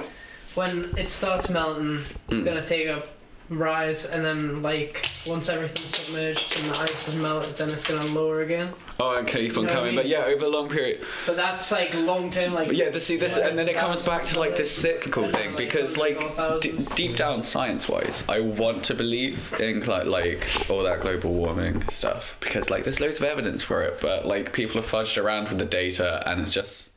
Speaker 2: when it starts melting, it's
Speaker 4: Mm.
Speaker 2: gonna take up rise and then like once everything's submerged and the ice is melted, then it's gonna lower again.
Speaker 4: Oh, and keep
Speaker 2: You know
Speaker 4: on
Speaker 2: what I
Speaker 4: coming.
Speaker 2: mean?
Speaker 4: But yeah, over a long period.
Speaker 2: But that's like long term, like
Speaker 4: But yeah, the, see this, and then it comes back to like this cyclical thing because like d- deep down science-wise, I want to believe in cli- like all that global warming stuff because like there's loads of evidence for it, but like people have fudged around with the data and it's just.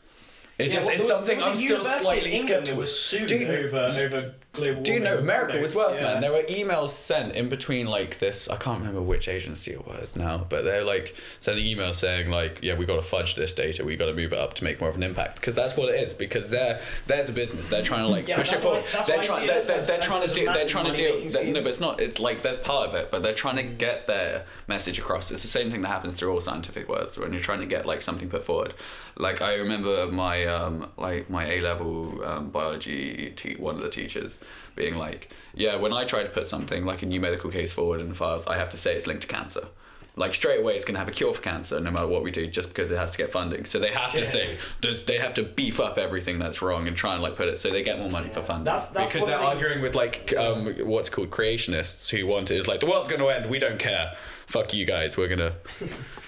Speaker 4: It's just it's something I'm still slightly skeptical.
Speaker 1: Was sued
Speaker 3: Do you-
Speaker 1: over over global.
Speaker 3: Do you know
Speaker 1: warming
Speaker 3: America was
Speaker 1: notes,
Speaker 3: worse,
Speaker 1: yeah.
Speaker 3: man? There were emails sent in between like this. I can't remember which agency it was now, but they're like sending emails saying like, "Yeah, we got to fudge this data. We got to move it up to make more of an impact." Because that's what it is. Because they're there's a business. They're trying to like
Speaker 1: Yeah,
Speaker 3: push it
Speaker 1: that's why-
Speaker 3: forward.
Speaker 1: that's
Speaker 3: They're
Speaker 1: why I see
Speaker 3: trying.
Speaker 1: it
Speaker 3: They're,
Speaker 1: as-
Speaker 3: they're,
Speaker 1: as-
Speaker 3: they're
Speaker 1: as
Speaker 3: trying to
Speaker 1: a
Speaker 3: do. They're
Speaker 1: massive
Speaker 3: trying to
Speaker 1: money-making
Speaker 3: deal. that-
Speaker 1: scheme.
Speaker 3: No, but it's not. It's like that's part of it, but they're trying to get their message across. It's the same thing that happens through all scientific words when you're trying to get like something put forward. Like I remember my um, like my A level um, biology te- one of the teachers being like, yeah, when I try to put something like a new medical case forward in the files, I have to say it's linked to cancer. Like straight away, it's gonna have a cure for cancer, no matter what we do, just because it has to get funding. So they have to say, there's, they have to beef up everything that's wrong and try and like put it so they get more money for funding.
Speaker 1: That's- that's
Speaker 3: because
Speaker 1: one
Speaker 3: they're
Speaker 1: thing-
Speaker 3: arguing with like um, what's called creationists who want is like the world's gonna end. We don't care. Fuck you guys. We're gonna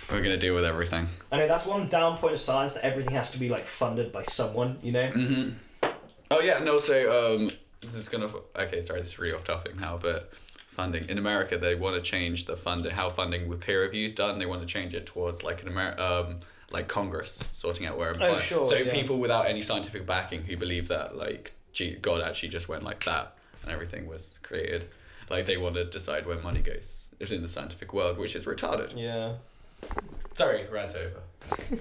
Speaker 3: we're gonna deal with everything.
Speaker 1: I know that's one down point of science that everything has to be like funded by someone. You know.
Speaker 3: Oh yeah, and also um, this is gonna. Okay, sorry, this is really off topic now, but funding in America, they want to change the funding, how funding with peer reviews done. They want to change it towards like an Amer- um, like Congress sorting out where.
Speaker 1: Oh, sure,
Speaker 3: So
Speaker 1: yeah.
Speaker 3: people without any scientific backing who believe that like gee, God actually just went like that and everything was created, like they want to decide where money goes in the scientific world, which is retarded.
Speaker 1: Yeah.
Speaker 3: Sorry, rant over.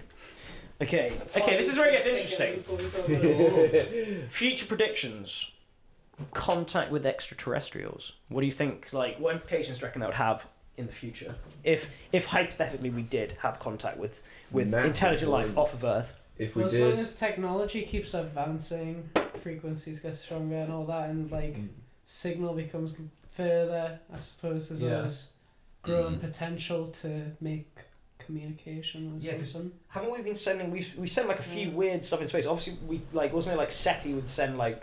Speaker 1: Okay. Okay. This is where it gets interesting. Future predictions. Contact with extraterrestrials. What do you think? Like, what implications do you reckon that would have in the future? If, if hypothetically we did have contact with with
Speaker 13: Massive
Speaker 1: intelligent life
Speaker 13: ones.
Speaker 1: off of Earth,
Speaker 13: If we
Speaker 2: Well, as long
Speaker 13: did,
Speaker 2: as technology keeps advancing, frequencies get stronger and all that, and like
Speaker 1: Mm.
Speaker 2: signal becomes further, I suppose there's
Speaker 1: Yeah. Mm.
Speaker 2: always growing
Speaker 3: Mhm.
Speaker 2: potential to make communication or
Speaker 1: Yeah, 'cause-
Speaker 2: something.
Speaker 1: haven't we been sending? We we sent like a few weird stuff in space. Obviously, we like wasn't it like SETI would send like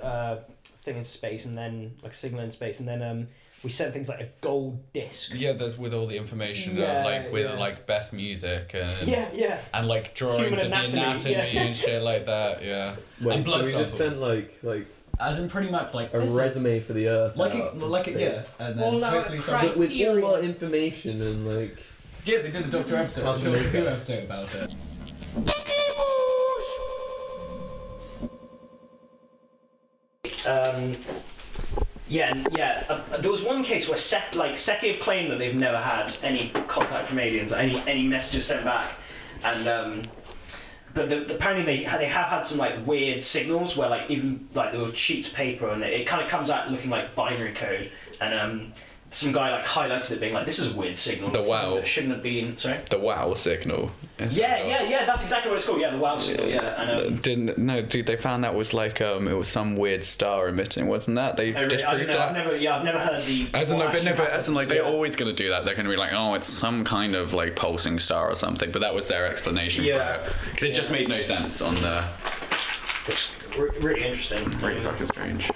Speaker 1: uh, thing in space and then like signal in space and then um we sent things like a gold disc.
Speaker 3: Yeah, there's with all the information,
Speaker 1: uh, Yeah,
Speaker 3: like with
Speaker 1: yeah.
Speaker 3: like best music and
Speaker 1: Yeah, yeah.
Speaker 3: and like drawings
Speaker 1: Human
Speaker 3: of the anatomy
Speaker 1: anatomy, yeah.
Speaker 3: and shit like that. Yeah,
Speaker 5: Wait,
Speaker 3: And blood
Speaker 5: so we just
Speaker 3: samples.
Speaker 5: sent like like
Speaker 3: as in pretty much like
Speaker 5: a resume for the Earth.
Speaker 3: like
Speaker 5: out
Speaker 3: a,
Speaker 5: in
Speaker 3: like a, yeah,
Speaker 5: space.
Speaker 3: and
Speaker 2: Well,
Speaker 3: then
Speaker 2: no,
Speaker 3: hopefully
Speaker 2: it
Speaker 3: something.
Speaker 5: But with all
Speaker 2: Criteria.
Speaker 5: our information and like
Speaker 3: Yeah, they did a Doctor episode.
Speaker 5: How to
Speaker 3: Doctor
Speaker 5: make
Speaker 3: Who
Speaker 5: us.
Speaker 3: episode about it.
Speaker 1: Um, yeah, and- yeah. Uh, there was one case where Set, like SETI have claimed that they've never had any contact from aliens, any any messages sent back, and um, but the, apparently they ha- they have had some like weird signals where like even like there were sheets of paper and it, kind of comes out looking like binary code, and um, some guy like highlighted it being like this is a weird signal.
Speaker 3: The
Speaker 1: Something
Speaker 3: wow.
Speaker 1: that shouldn't have been. Sorry.
Speaker 3: The wow signal.
Speaker 1: Yeah, yeah, yeah. That's exactly what it's called. Yeah, the wow signal. Yeah,
Speaker 3: Uh,
Speaker 1: and um,
Speaker 3: Didn't no, dude. They found that was like um, it was some weird star emitting, wasn't that? They
Speaker 1: I really, I don't know, I've never, yeah, I've never heard the.
Speaker 3: As in,
Speaker 1: what
Speaker 3: no, but, no,
Speaker 1: actually
Speaker 3: but as in, like
Speaker 1: happens,
Speaker 3: they're
Speaker 1: yeah.
Speaker 3: always gonna do that. They're gonna be like, oh, it's some kind of like pulsing star or something. But that was their explanation
Speaker 1: Yeah.
Speaker 3: for it because it just made no sense on the.
Speaker 1: re- really interesting.
Speaker 3: Really fucking strange.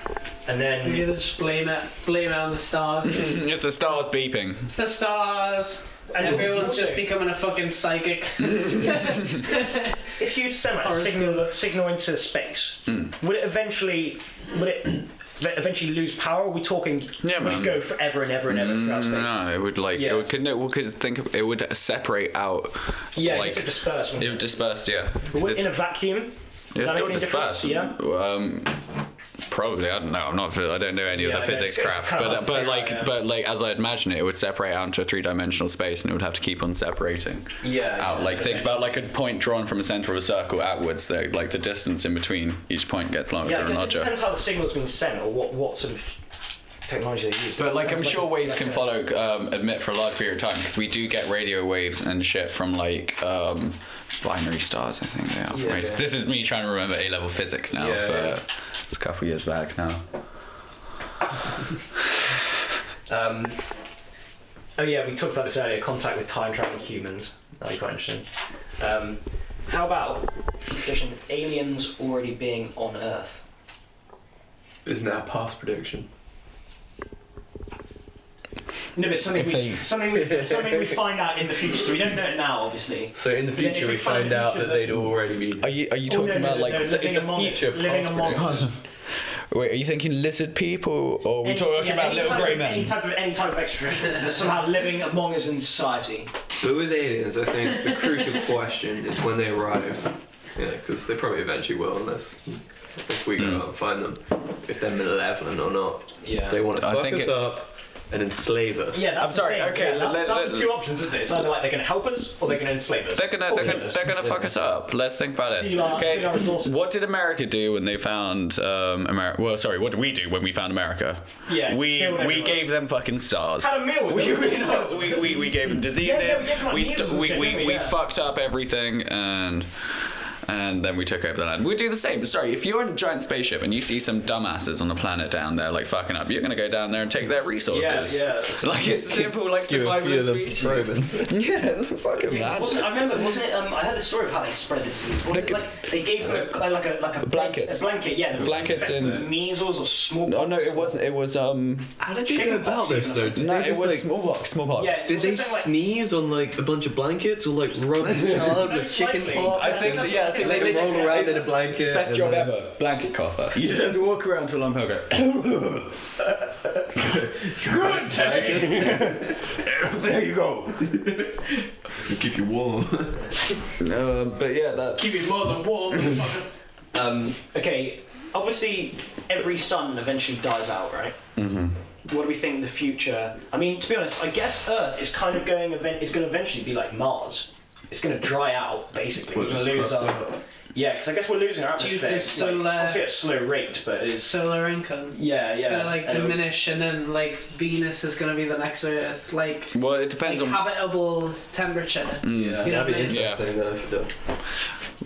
Speaker 1: And then
Speaker 2: You just blame it, blame it on the stars.
Speaker 3: It's the stars beeping.
Speaker 2: It's the stars. Everyone's
Speaker 1: also-
Speaker 2: just becoming a fucking psychic.
Speaker 1: If you send that
Speaker 2: Or it's
Speaker 1: signal,
Speaker 2: good.
Speaker 1: signal into space,
Speaker 3: Hmm.
Speaker 1: would it eventually would it ve- eventually lose power? Are we talking?
Speaker 3: Yeah,
Speaker 1: would
Speaker 3: man.
Speaker 1: it go forever and ever and ever throughout space?
Speaker 3: No, it would like
Speaker 1: Yeah.
Speaker 3: it would could no because think it would separate out.
Speaker 1: Yeah,
Speaker 3: like
Speaker 1: it's a disperse.
Speaker 3: it would disperse. Yeah,
Speaker 1: But we're
Speaker 3: It's-
Speaker 1: in a vacuum. Does
Speaker 3: Yeah, it's
Speaker 1: that
Speaker 3: still
Speaker 1: make any
Speaker 3: dispersed.
Speaker 1: difference?
Speaker 3: Um, probably. I don't know. I'm not. I don't know any
Speaker 1: Yeah,
Speaker 3: of
Speaker 1: I
Speaker 3: the
Speaker 1: know,
Speaker 3: physics
Speaker 1: it's- it's
Speaker 3: crap.
Speaker 1: kinda hard
Speaker 3: But
Speaker 1: to
Speaker 3: but
Speaker 1: figure out,
Speaker 3: like
Speaker 1: yeah.
Speaker 3: but like as I imagine it, it would separate out into a three dimensional space, and it would have to keep on separating
Speaker 1: Yeah.
Speaker 3: out.
Speaker 1: yeah,
Speaker 3: Like think
Speaker 1: okay.
Speaker 3: about like a point drawn from the center of a circle outwards. There, like the distance in between each point gets larger
Speaker 1: Yeah, I
Speaker 3: and
Speaker 1: guess it
Speaker 3: larger.
Speaker 1: depends how the signal's been sent or what, what sort of technology they use.
Speaker 3: But like I'm sure waves can
Speaker 1: a-
Speaker 3: follow um, emit for a large period of time because we do get radio waves and shit from like um, binary stars. I think they are.
Speaker 1: Yeah,
Speaker 3: Right,
Speaker 1: yeah.
Speaker 3: This is me trying to remember A level physics now,
Speaker 1: Yeah,
Speaker 3: but
Speaker 1: yeah.
Speaker 3: it's a couple years back now.
Speaker 1: Um, oh yeah, we talked about this earlier. Contact with time traveling humans. That'd be quite interesting. Um, how about prediction of aliens already being on Earth?
Speaker 5: Isn't that a past prediction?
Speaker 1: No, but something
Speaker 14: If
Speaker 1: we
Speaker 14: they-
Speaker 1: something we, something we find out in the future. So we don't know it now, obviously.
Speaker 5: So in the
Speaker 1: Then if
Speaker 5: future,
Speaker 1: we
Speaker 5: we
Speaker 1: find
Speaker 5: find
Speaker 1: the
Speaker 5: out
Speaker 1: future,
Speaker 5: that they'd already been.
Speaker 4: Are you are you
Speaker 1: Oh,
Speaker 4: talking
Speaker 1: no, no,
Speaker 4: about
Speaker 1: no,
Speaker 4: like
Speaker 1: no,
Speaker 4: it's,
Speaker 1: living
Speaker 4: it's a
Speaker 1: among us,
Speaker 4: future
Speaker 1: living
Speaker 4: past
Speaker 1: among us.
Speaker 4: prediction? Wait, are you thinking lizard people or are we
Speaker 1: Any-
Speaker 4: talking
Speaker 1: yeah,
Speaker 4: about
Speaker 1: any
Speaker 4: little
Speaker 1: type
Speaker 4: grey
Speaker 1: of- Any
Speaker 4: men?
Speaker 1: type of any type of extraterrestrial that's somehow living among us in society.
Speaker 5: But with aliens, I think the crucial question is when they arrive. Yeah, because they probably eventually will, unless if we go out and find them, if they're malevolent or not.
Speaker 1: Yeah.
Speaker 5: They want to
Speaker 3: I
Speaker 5: fuck
Speaker 3: think
Speaker 5: us
Speaker 3: it-
Speaker 5: up and enslave us.
Speaker 1: Yeah, that's
Speaker 3: I'm sorry,
Speaker 1: The thing.
Speaker 3: okay,
Speaker 1: yeah, that's,
Speaker 3: let-
Speaker 1: that's
Speaker 3: let-
Speaker 1: the two options, isn't it? It's either like they're going to help us or they're going to enslave us.
Speaker 3: They're gonna,
Speaker 1: Or
Speaker 3: they're
Speaker 1: kill
Speaker 3: gonna,
Speaker 1: us.
Speaker 3: they're gonna fuck us up. Let's think about this.
Speaker 1: Steal our- steal our resources.
Speaker 3: What did America do when they found um, America? Well, sorry, what did we do when we found America?
Speaker 1: Yeah,
Speaker 3: we
Speaker 1: killed
Speaker 3: we
Speaker 1: everyone.
Speaker 3: gave them fucking SARS.
Speaker 1: Had a meal with
Speaker 3: we,
Speaker 1: them.
Speaker 3: we, no, we, we, we gave them diseases.
Speaker 1: Yeah, yeah, we gave them, like,
Speaker 3: we,
Speaker 1: measles and
Speaker 3: we,
Speaker 1: shit,
Speaker 3: we,
Speaker 1: didn't we?
Speaker 3: we
Speaker 1: Yeah.
Speaker 3: fucked up everything and. And then we took over the land. We do the same. Sorry, if you're in a giant spaceship and you see some dumbasses on the planet down there, like fucking up, you're gonna go down there and take their resources.
Speaker 1: Yeah, yeah.
Speaker 3: Like it's simple, like
Speaker 14: Give a
Speaker 3: survival
Speaker 14: few
Speaker 3: of
Speaker 14: of them
Speaker 3: species.
Speaker 14: some Romans.
Speaker 4: Yeah, fuck them, man.
Speaker 1: Wasn't, I remember, wasn't it? Um, I heard the story about how they spread the disease. Wasn't it, like they gave them a, like a like a
Speaker 4: Blankets.
Speaker 1: a blanket, yeah, that was
Speaker 4: Blankets
Speaker 1: infected
Speaker 4: and-
Speaker 1: with measels or smallpox.
Speaker 4: Oh no, it wasn't. It was um.
Speaker 5: How did
Speaker 1: Chicken pox even or
Speaker 5: Did
Speaker 4: No,
Speaker 5: they
Speaker 4: it
Speaker 5: just,
Speaker 4: was
Speaker 5: like-
Speaker 4: smallpox. Smallpox.
Speaker 1: Yeah,
Speaker 5: Did they
Speaker 1: Wasn't something like-
Speaker 5: sneeze on like a bunch of blankets or like rub hard with
Speaker 1: Most
Speaker 5: chicken
Speaker 1: likely.
Speaker 5: pox?
Speaker 1: I think so, yeah, I think
Speaker 5: like
Speaker 1: they
Speaker 5: they roll
Speaker 1: literally-
Speaker 5: around in a blanket.
Speaker 14: Best
Speaker 5: and
Speaker 14: job
Speaker 5: then-
Speaker 14: ever. Blanket coffer. You just have to walk around for a long time. go,
Speaker 1: Good day.
Speaker 14: There you go.
Speaker 5: Keep you warm.
Speaker 4: Uh, but yeah, that's.
Speaker 2: Keep it more than warm. motherfucker.
Speaker 1: Um, okay, obviously every sun eventually dies out, right? Mm-hmm. What do we think the future? I mean, to be honest, I guess Earth is kind of going event is going to eventually be like Mars. It's going to dry out basically. We're going to lose our yeah, because I guess we're losing our
Speaker 2: Due
Speaker 1: atmosphere.
Speaker 2: to
Speaker 1: Like,
Speaker 2: solar-
Speaker 1: obviously at a slow rate, but it's
Speaker 2: Solar income.
Speaker 1: yeah, yeah.
Speaker 2: It's gonna like
Speaker 1: And it'll-
Speaker 2: diminish, and then like Venus is gonna be the next Earth, like,
Speaker 3: Well, it
Speaker 2: like
Speaker 3: depends on
Speaker 2: habitable temperature.
Speaker 5: Yeah,
Speaker 2: You know
Speaker 5: that'd be
Speaker 2: what I mean?
Speaker 5: interesting though if it does.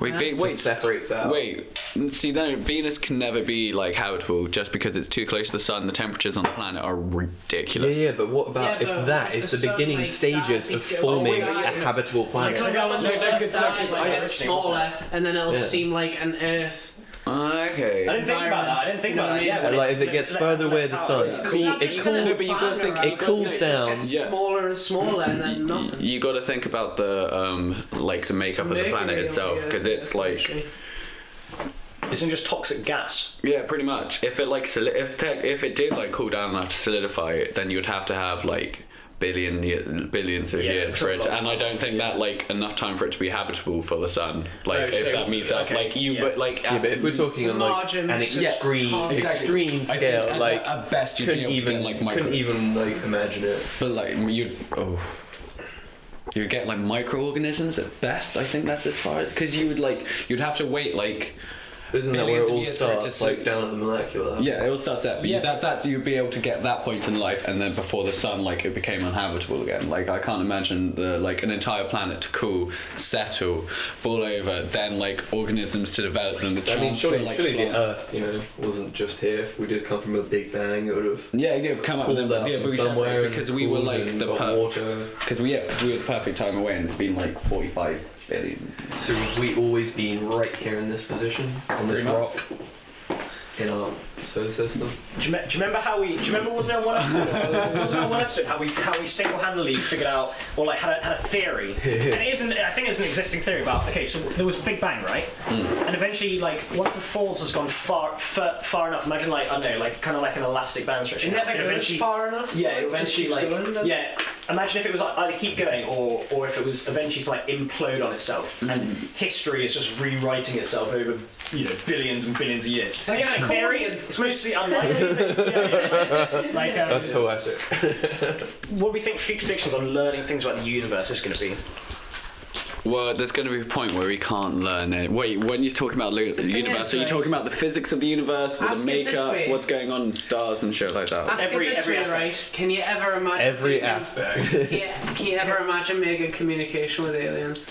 Speaker 3: Wait, wait,
Speaker 5: Just
Speaker 3: wait,
Speaker 5: separates out.
Speaker 3: wait. See, no, Venus can never be like habitable just because it's too close to the sun. The temperatures on the planet are
Speaker 5: Yeah,
Speaker 3: ridiculous.
Speaker 5: yeah, but what about
Speaker 2: Yeah,
Speaker 5: if
Speaker 2: but
Speaker 5: that
Speaker 2: what if
Speaker 5: is
Speaker 2: the
Speaker 5: the,
Speaker 2: sun,
Speaker 5: beginning
Speaker 2: like,
Speaker 5: stages
Speaker 2: dies,
Speaker 5: of
Speaker 2: it goes-
Speaker 5: forming
Speaker 2: Oh, yeah,
Speaker 5: a
Speaker 2: yeah.
Speaker 5: habitable planet?
Speaker 2: Because when the
Speaker 1: No, no,
Speaker 2: Earth
Speaker 1: good, no, good,
Speaker 2: dies,
Speaker 1: I
Speaker 2: it gets
Speaker 1: understand.
Speaker 2: smaller, and then it'll
Speaker 5: Yeah.
Speaker 2: seem like an Earth.
Speaker 1: I
Speaker 3: Ah, Okay.
Speaker 1: didn't think about that. I didn't think about that. Yeah,
Speaker 5: And,
Speaker 1: when
Speaker 5: like, as it gets
Speaker 1: like,
Speaker 5: further
Speaker 1: that's
Speaker 5: away
Speaker 1: less
Speaker 5: the
Speaker 1: power.
Speaker 5: sun, it cool- it cool-
Speaker 3: but you gotta think it
Speaker 5: cools down.
Speaker 3: Yeah.
Speaker 2: Smaller and smaller, and then
Speaker 3: Y-
Speaker 2: nothing.
Speaker 3: You got to think about the um, like the makeup of the
Speaker 2: Mercury
Speaker 3: planet
Speaker 2: will be
Speaker 3: itself
Speaker 2: a-
Speaker 3: because it's
Speaker 2: a
Speaker 3: like
Speaker 2: country.
Speaker 1: Isn't just toxic gas.
Speaker 3: yeah, pretty much. If it like soli- if tech, if it did like cool down enough to solidify it, then you'd have to have like billion ye- billions of
Speaker 1: Yeah,
Speaker 3: years
Speaker 1: it's
Speaker 3: for
Speaker 1: a
Speaker 3: it,
Speaker 1: lot.
Speaker 3: and I don't think that like enough time for it to be habitable for the sun. Like
Speaker 1: Oh,
Speaker 3: if
Speaker 1: so-
Speaker 3: that meets up,
Speaker 1: okay,
Speaker 3: like you
Speaker 1: yeah.
Speaker 3: but like
Speaker 5: Yeah, but if we're talking on like
Speaker 2: Margins,
Speaker 5: an
Speaker 2: just
Speaker 5: extreme,
Speaker 2: can't-
Speaker 5: extreme scale,
Speaker 14: at,
Speaker 5: like
Speaker 14: at best, you'd be
Speaker 5: couldn't
Speaker 14: able to
Speaker 5: even
Speaker 14: get
Speaker 5: like
Speaker 14: like micro.
Speaker 5: couldn't even like imagine it.
Speaker 3: But like you, oh, you get like microorganisms at best. I think that's as far because you would like you'd have to wait like
Speaker 5: Isn't that where
Speaker 3: Billions
Speaker 5: it
Speaker 3: of
Speaker 5: all
Speaker 3: years for it to
Speaker 5: starts? Like
Speaker 3: suit.
Speaker 5: down at the molecular level.
Speaker 3: yeah, it all starts there. But
Speaker 1: Yeah.
Speaker 3: you, that that you'd be able to get that point in life, and then before the sun, like it became uninhabitable again. Like I can't imagine the like an entire planet to cool, settle, fall over, then like organisms to develop and the
Speaker 5: I
Speaker 3: chance
Speaker 5: mean, surely,
Speaker 3: to, like,
Speaker 5: surely the
Speaker 3: plant-
Speaker 5: Earth, you know, wasn't just here. If we did come from a Big Bang, it would have
Speaker 3: Yeah, yeah, come up with them.
Speaker 5: pulled out
Speaker 3: Yeah, but
Speaker 5: from
Speaker 3: we
Speaker 5: somewhere
Speaker 3: separated
Speaker 5: and
Speaker 3: because we were
Speaker 5: cooled
Speaker 3: like
Speaker 5: and
Speaker 3: the
Speaker 5: got
Speaker 3: per-
Speaker 5: water.
Speaker 3: because we yeah, 'cause we had perfect time away, and it's been like forty-five billion.
Speaker 5: So have we always been right here in this position on this
Speaker 3: Pretty much.
Speaker 5: rock? in our solar system.
Speaker 1: Do you, me- do you remember how we? Do you remember was there one? Episode, was there one episode how we how we single-handedly figured out or like had a, had a theory? and it isn't. I think it's an existing theory about. Okay, so there was Big Bang, right?
Speaker 5: Hmm.
Speaker 1: And eventually, like once the falls has gone far, far far enough. Imagine like I don't know, like kind of like an elastic band stretch.
Speaker 2: Never
Speaker 1: It
Speaker 2: goes far enough.
Speaker 1: Yeah,
Speaker 2: like,
Speaker 1: it
Speaker 2: just
Speaker 1: eventually
Speaker 2: keeps
Speaker 1: like
Speaker 2: going, doesn't it?
Speaker 1: yeah. Imagine if it was like either keep going or or if it was eventually to like implode on itself
Speaker 2: Mm-hmm.
Speaker 1: and history is just rewriting itself over you know billions and billions of years. So yeah, in theory, it's mostly unlikely. Yeah. like, um,
Speaker 5: poetic.
Speaker 1: what do we think future predictions on learning things about the universe is going to be?
Speaker 3: Well, there's going to be a point where we can't learn it. Wait, when you're talking about lo- the
Speaker 2: thing
Speaker 3: universe,
Speaker 2: is,
Speaker 3: are you
Speaker 2: like-
Speaker 3: talking about the physics of the universe, or the
Speaker 2: Ask it this
Speaker 3: makeup,
Speaker 2: way.
Speaker 3: what's going on in stars and shit like that?
Speaker 2: Ask
Speaker 1: Every-
Speaker 2: it this
Speaker 1: every
Speaker 2: way,
Speaker 1: aspect.
Speaker 2: right? Can you ever imagine?
Speaker 15: Every
Speaker 2: making-
Speaker 5: aspect.
Speaker 2: Yeah. Can you ever imagine making communication with aliens?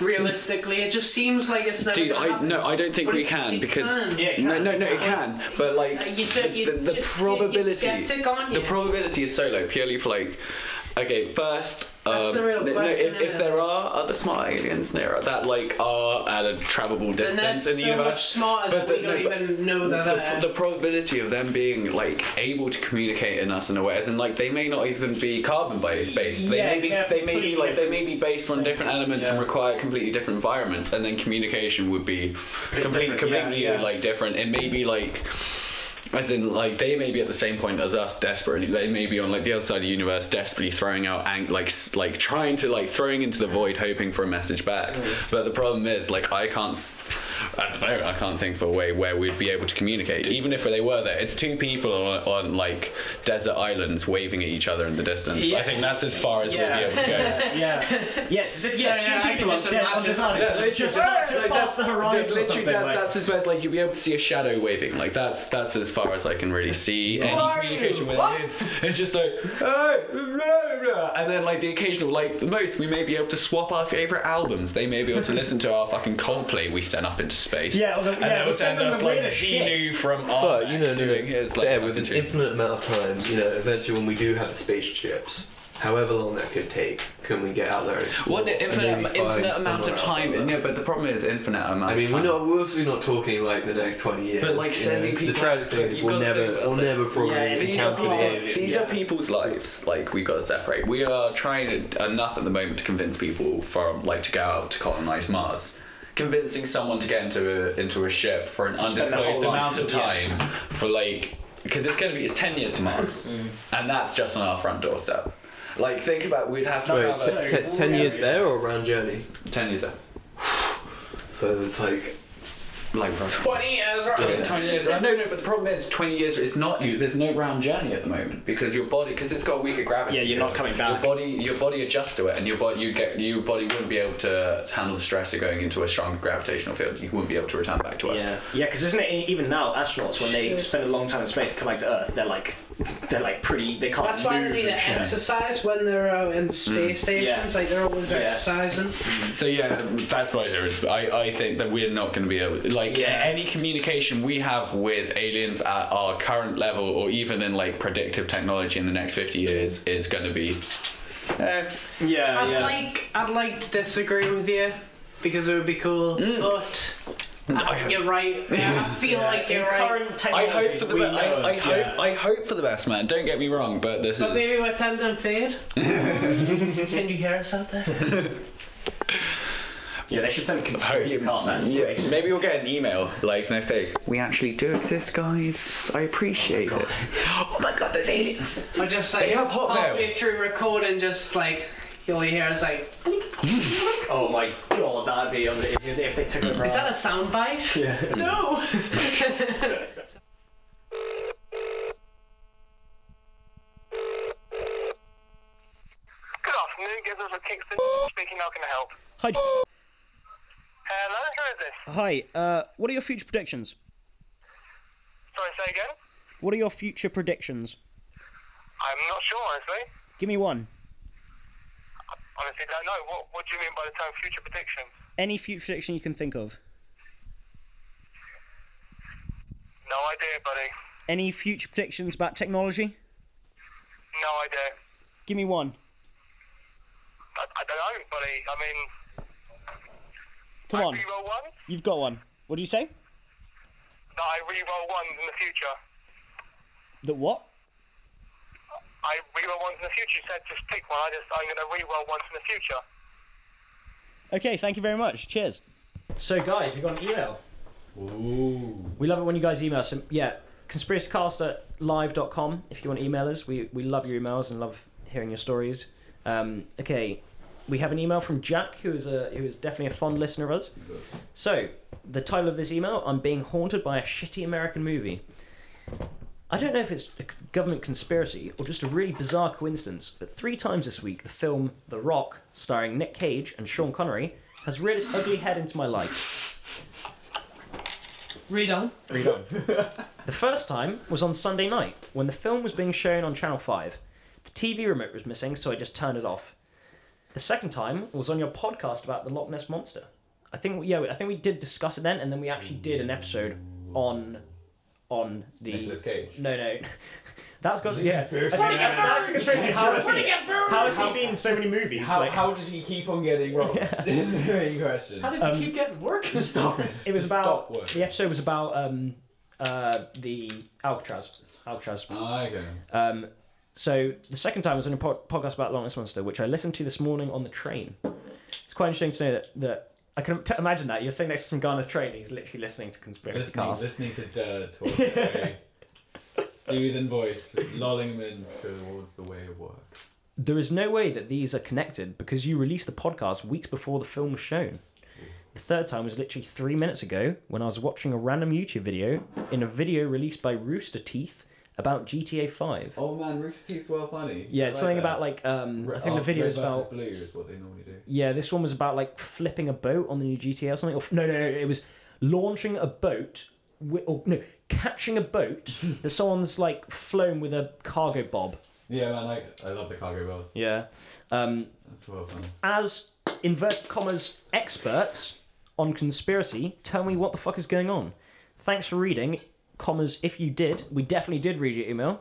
Speaker 2: Realistically, it just seems like it's never.
Speaker 3: Dude,
Speaker 2: gonna
Speaker 3: I
Speaker 2: happen.
Speaker 3: no, I don't think
Speaker 2: But
Speaker 3: we
Speaker 2: it's-
Speaker 3: can
Speaker 2: it
Speaker 3: because
Speaker 2: can.
Speaker 1: Yeah, it
Speaker 3: no,
Speaker 1: can.
Speaker 3: no, no, it can. But like
Speaker 2: Uh, you don't- you
Speaker 3: the, the
Speaker 2: just- you're- you're
Speaker 3: probability,
Speaker 2: skeptic, aren't
Speaker 3: the
Speaker 2: you?
Speaker 3: probability is so low purely for like. Okay, first, um,
Speaker 2: That's the real
Speaker 3: no, no,
Speaker 2: question,
Speaker 3: if, if
Speaker 2: innit?
Speaker 3: there are other smart aliens near that like are at a travelable
Speaker 2: Then they're
Speaker 3: distance
Speaker 2: so
Speaker 3: in the
Speaker 2: much
Speaker 3: universe,
Speaker 2: smarter that
Speaker 3: but
Speaker 2: we
Speaker 3: the-
Speaker 2: don't
Speaker 3: no, but
Speaker 2: even know they're there.
Speaker 3: the, the probability of them being like able to communicate in us in a way, as in like they may not even be carbon ba- based. They
Speaker 1: Yeah,
Speaker 3: may be,
Speaker 1: yeah,
Speaker 3: they may be
Speaker 1: completely
Speaker 3: like they may be based on different elements and
Speaker 1: Yeah.
Speaker 3: require completely different environments, and then communication would be completely
Speaker 1: different,
Speaker 3: completely
Speaker 1: yeah, yeah.
Speaker 3: like different. It may be like. As in, like they may be at the same point as us, desperately. They may be on like the other side of the universe, desperately throwing out, ang- like, s- like trying to like throwing into the void, hoping for a message back.
Speaker 1: Mm.
Speaker 3: But the problem is, like, I can't. s- At the moment, I can't think of a way where we'd be able to communicate, even if they were there. It's two people on, on like desert islands waving at each other in the distance. I
Speaker 1: Yeah.
Speaker 3: think that's as far as
Speaker 1: Yeah.
Speaker 3: we'll be able to go.
Speaker 1: Yeah. yes, as if yeah,
Speaker 2: So, yeah, I
Speaker 1: two
Speaker 2: can
Speaker 1: people on,
Speaker 2: just
Speaker 1: dead- on
Speaker 2: imagine-
Speaker 1: design,
Speaker 3: Yeah, literally,
Speaker 1: just,
Speaker 3: that's-
Speaker 1: just
Speaker 3: like,
Speaker 1: past the horizon or
Speaker 3: Literally,
Speaker 1: something.
Speaker 3: that,
Speaker 1: like-
Speaker 3: that's as best. Like you'll be able to see a shadow waving. Like that's that's as far as I can really see any
Speaker 2: are
Speaker 3: communication
Speaker 2: you?
Speaker 3: with
Speaker 2: What?
Speaker 3: aliens. It's just like "Hey, blah, blah, blah," and then like the occasional like the most we may be able to swap our favorite albums. They may be able to listen to our fucking Coldplay we sent up into space.
Speaker 1: Yeah, although-
Speaker 3: and
Speaker 1: yeah,
Speaker 3: they'll
Speaker 1: we send
Speaker 3: send
Speaker 1: them
Speaker 3: us
Speaker 1: the
Speaker 3: like
Speaker 1: weirdest
Speaker 3: Xenu
Speaker 1: shit.
Speaker 3: from
Speaker 5: But
Speaker 3: Armac
Speaker 5: you know,
Speaker 3: doing his like
Speaker 5: yeah, with an
Speaker 3: fucking tune.
Speaker 5: infinite amount of time, you know, eventually when we do have the spaceships, however long that could take, can we get out there? and explore
Speaker 3: What the
Speaker 5: and
Speaker 3: infinite,
Speaker 5: maybe find
Speaker 3: infinite amount
Speaker 5: somewhere
Speaker 3: of
Speaker 5: else
Speaker 3: time?
Speaker 5: on
Speaker 3: No,
Speaker 5: that?
Speaker 3: but the problem is infinite amount.
Speaker 5: I mean,
Speaker 3: of
Speaker 5: we're
Speaker 3: time.
Speaker 5: not. We're obviously not talking like the next twenty years.
Speaker 3: But, like,
Speaker 5: you
Speaker 3: sending
Speaker 5: know?
Speaker 3: people-
Speaker 5: The tragic
Speaker 3: but
Speaker 5: thing is,
Speaker 3: you've
Speaker 5: we'll
Speaker 3: gotta
Speaker 5: never,
Speaker 3: think about
Speaker 5: we'll
Speaker 3: that.
Speaker 5: never probably
Speaker 1: Yeah, these
Speaker 3: These, are,
Speaker 5: encounter the
Speaker 1: people-
Speaker 5: alien.
Speaker 3: these are people's lives. Like we gotta separate. We are trying to, enough at the moment to convince people from like to go out to colonize Mars. Convincing someone to get into a, into a ship for an
Speaker 1: spend their
Speaker 3: undisclosed
Speaker 1: whole life,
Speaker 3: amount of time for like because it's gonna be it's ten years to Mars,
Speaker 1: Mm.
Speaker 3: and that's just on our front doorstep. Like think about we'd have to
Speaker 1: Wait,
Speaker 3: travel-
Speaker 1: so-
Speaker 5: T- ten years there or round journey?
Speaker 3: ten years there.
Speaker 5: So it's like
Speaker 3: Like from
Speaker 2: Twenty years.
Speaker 3: Yeah, 20 years. No, no, but the problem is 20 years, it's not you. There's no round journey at the moment because your body, because it's got weaker gravity.
Speaker 1: Yeah, you're not coming back.
Speaker 3: Your body, your body adjusts to it and your body, you get, your body wouldn't be able to handle the stress of going into a strong gravitational field. You wouldn't be able to return back to Earth.
Speaker 1: Yeah, yeah, because isn't it e-, even now astronauts when they spend a long time in space come back to Earth, they're like, they're like pretty, they can't.
Speaker 2: That's why
Speaker 1: move
Speaker 2: they need to
Speaker 1: and shit.
Speaker 2: exercise when they're out
Speaker 3: Mm.
Speaker 2: in space stations. Like they're always
Speaker 1: Yeah.
Speaker 2: exercising.
Speaker 3: So yeah, that's my there is. I, I think that we're not going to be able like
Speaker 1: Yeah.
Speaker 3: any communication we have with aliens at our current level or even in like predictive technology in the next 50 years is going to be Oh,
Speaker 1: Yeah,
Speaker 2: I'd
Speaker 1: yeah.
Speaker 2: like I'd like to disagree with you because it would be cool,
Speaker 3: Mm.
Speaker 2: but I think you're right. I feel like
Speaker 1: In
Speaker 2: you're right.
Speaker 1: current
Speaker 3: I
Speaker 1: technology,
Speaker 3: hope for the
Speaker 1: we
Speaker 3: best. I,
Speaker 1: know
Speaker 3: I
Speaker 1: of,
Speaker 3: hope.
Speaker 1: yeah.
Speaker 3: I hope for the best, man. Don't get me wrong, but this
Speaker 2: But
Speaker 3: is.
Speaker 2: maybe we're tempted and fade. Can you hear us out there?
Speaker 1: Yeah, they should send conspiracy
Speaker 3: Hope-
Speaker 1: cards out in
Speaker 3: Yeah,
Speaker 1: space.
Speaker 3: maybe we'll get an email like next day. We actually do exist, guys. I appreciate it. Oh my god, there's aliens!
Speaker 2: Or just like
Speaker 3: They have hotmail.
Speaker 2: halfway through recording, just like you'll hear us like,
Speaker 1: Oh my god, that'd be on if, if they took over.
Speaker 2: is that a soundbite? Yeah. No.
Speaker 16: Good afternoon, Gizers at Kingston. Speaking, how can I help?
Speaker 17: Hi, J-
Speaker 16: Hello, who is this?
Speaker 17: hi. Uh, what are your future predictions?
Speaker 16: Sorry, say again?
Speaker 17: What are your future predictions?
Speaker 16: I'm not sure, honestly.
Speaker 17: Give me one.
Speaker 16: Honestly, don't know. What, what do you mean by the term future prediction?
Speaker 17: Any future prediction you can think of.
Speaker 16: No idea, buddy.
Speaker 17: Any future predictions about technology?
Speaker 16: No idea.
Speaker 17: Give me one.
Speaker 16: I, I don't know, buddy. I mean,
Speaker 17: Come on,
Speaker 16: you roll one?
Speaker 17: you've got one. What do you say?
Speaker 16: that I re-roll ones in the future.
Speaker 17: That what?
Speaker 16: I re-roll ones in the future. You said just pick one. I just I'm gonna re-roll ones in the future.
Speaker 17: Okay, thank you very much. Cheers.
Speaker 1: So, guys, we got an email. Ooh. We love it when you guys email us. So, yeah, conspiracycast at live.com if you want to email us. We, we love your emails and love hearing your stories. Um, okay, we have an email from Jack, who is, a, who is definitely a fond listener of us. So, the title of this email I'm being haunted by a shitty American movie. I don't know if it's a government conspiracy or just a really bizarre coincidence, but three times this week, the film The Rock, starring Nick Cage and Sean Connery, has reared its ugly head into my life.
Speaker 2: Read on.
Speaker 1: The first time was on Sunday night, when the film was being shown on Channel 5. The TV remote was missing, so I just turned it off. The second time was on your podcast about the Loch Ness Monster. I think, yeah, I think we did discuss it then, and then we actually did an episode on on the
Speaker 3: Nicolas Cage.
Speaker 1: No, no. That's got yeah. That's a conspiracy. How has he, how has he been in so many movies?
Speaker 18: How,
Speaker 1: like,
Speaker 18: how does he keep on getting roles? Is the main question.
Speaker 2: How does he keep getting work?
Speaker 18: Stop it.
Speaker 1: it was
Speaker 18: Stop
Speaker 1: about
Speaker 18: work.
Speaker 1: the episode was about um, uh, the Alcatraz. Alcatraz.
Speaker 3: Ah, okay.
Speaker 1: Um, so the second time was on a po- podcast about Loch Ness Monster, which I listened to this morning on the train. It's quite interesting to know that, that I can t- imagine that you're sitting next to some guy on a train and he's literally listening to conspiracy
Speaker 18: Listening,
Speaker 1: cast.
Speaker 18: listening to dirt towards the way. Soothing voice, lulling him in towards the way of work.
Speaker 1: There is no way that these are connected because you released the podcast weeks before the film was shown. The third time was literally three minutes ago when I was watching a random YouTube video in a video released by Rooster Teeth about GTA 5.
Speaker 18: Oh man, Rooster Teeth's well funny.
Speaker 1: yeah, it's something
Speaker 18: that.
Speaker 1: about like, um, I think
Speaker 18: Oh,
Speaker 1: the video
Speaker 18: Red
Speaker 1: is
Speaker 18: versus
Speaker 1: about
Speaker 18: blue is what they normally do.
Speaker 1: Yeah, this one was about like flipping a boat on the new GTA or something. Or, f- no, no, no, it was launching a boat, wi- or no, catching a boat that someone's like flown with a cargo bob.
Speaker 18: Yeah, man, like I love the cargo belt.
Speaker 1: Yeah. Um,
Speaker 18: That's well funny.
Speaker 1: as inverted commas experts on conspiracy, tell me what the fuck is going on. Thanks for reading, commas. If you did, we definitely did read your email.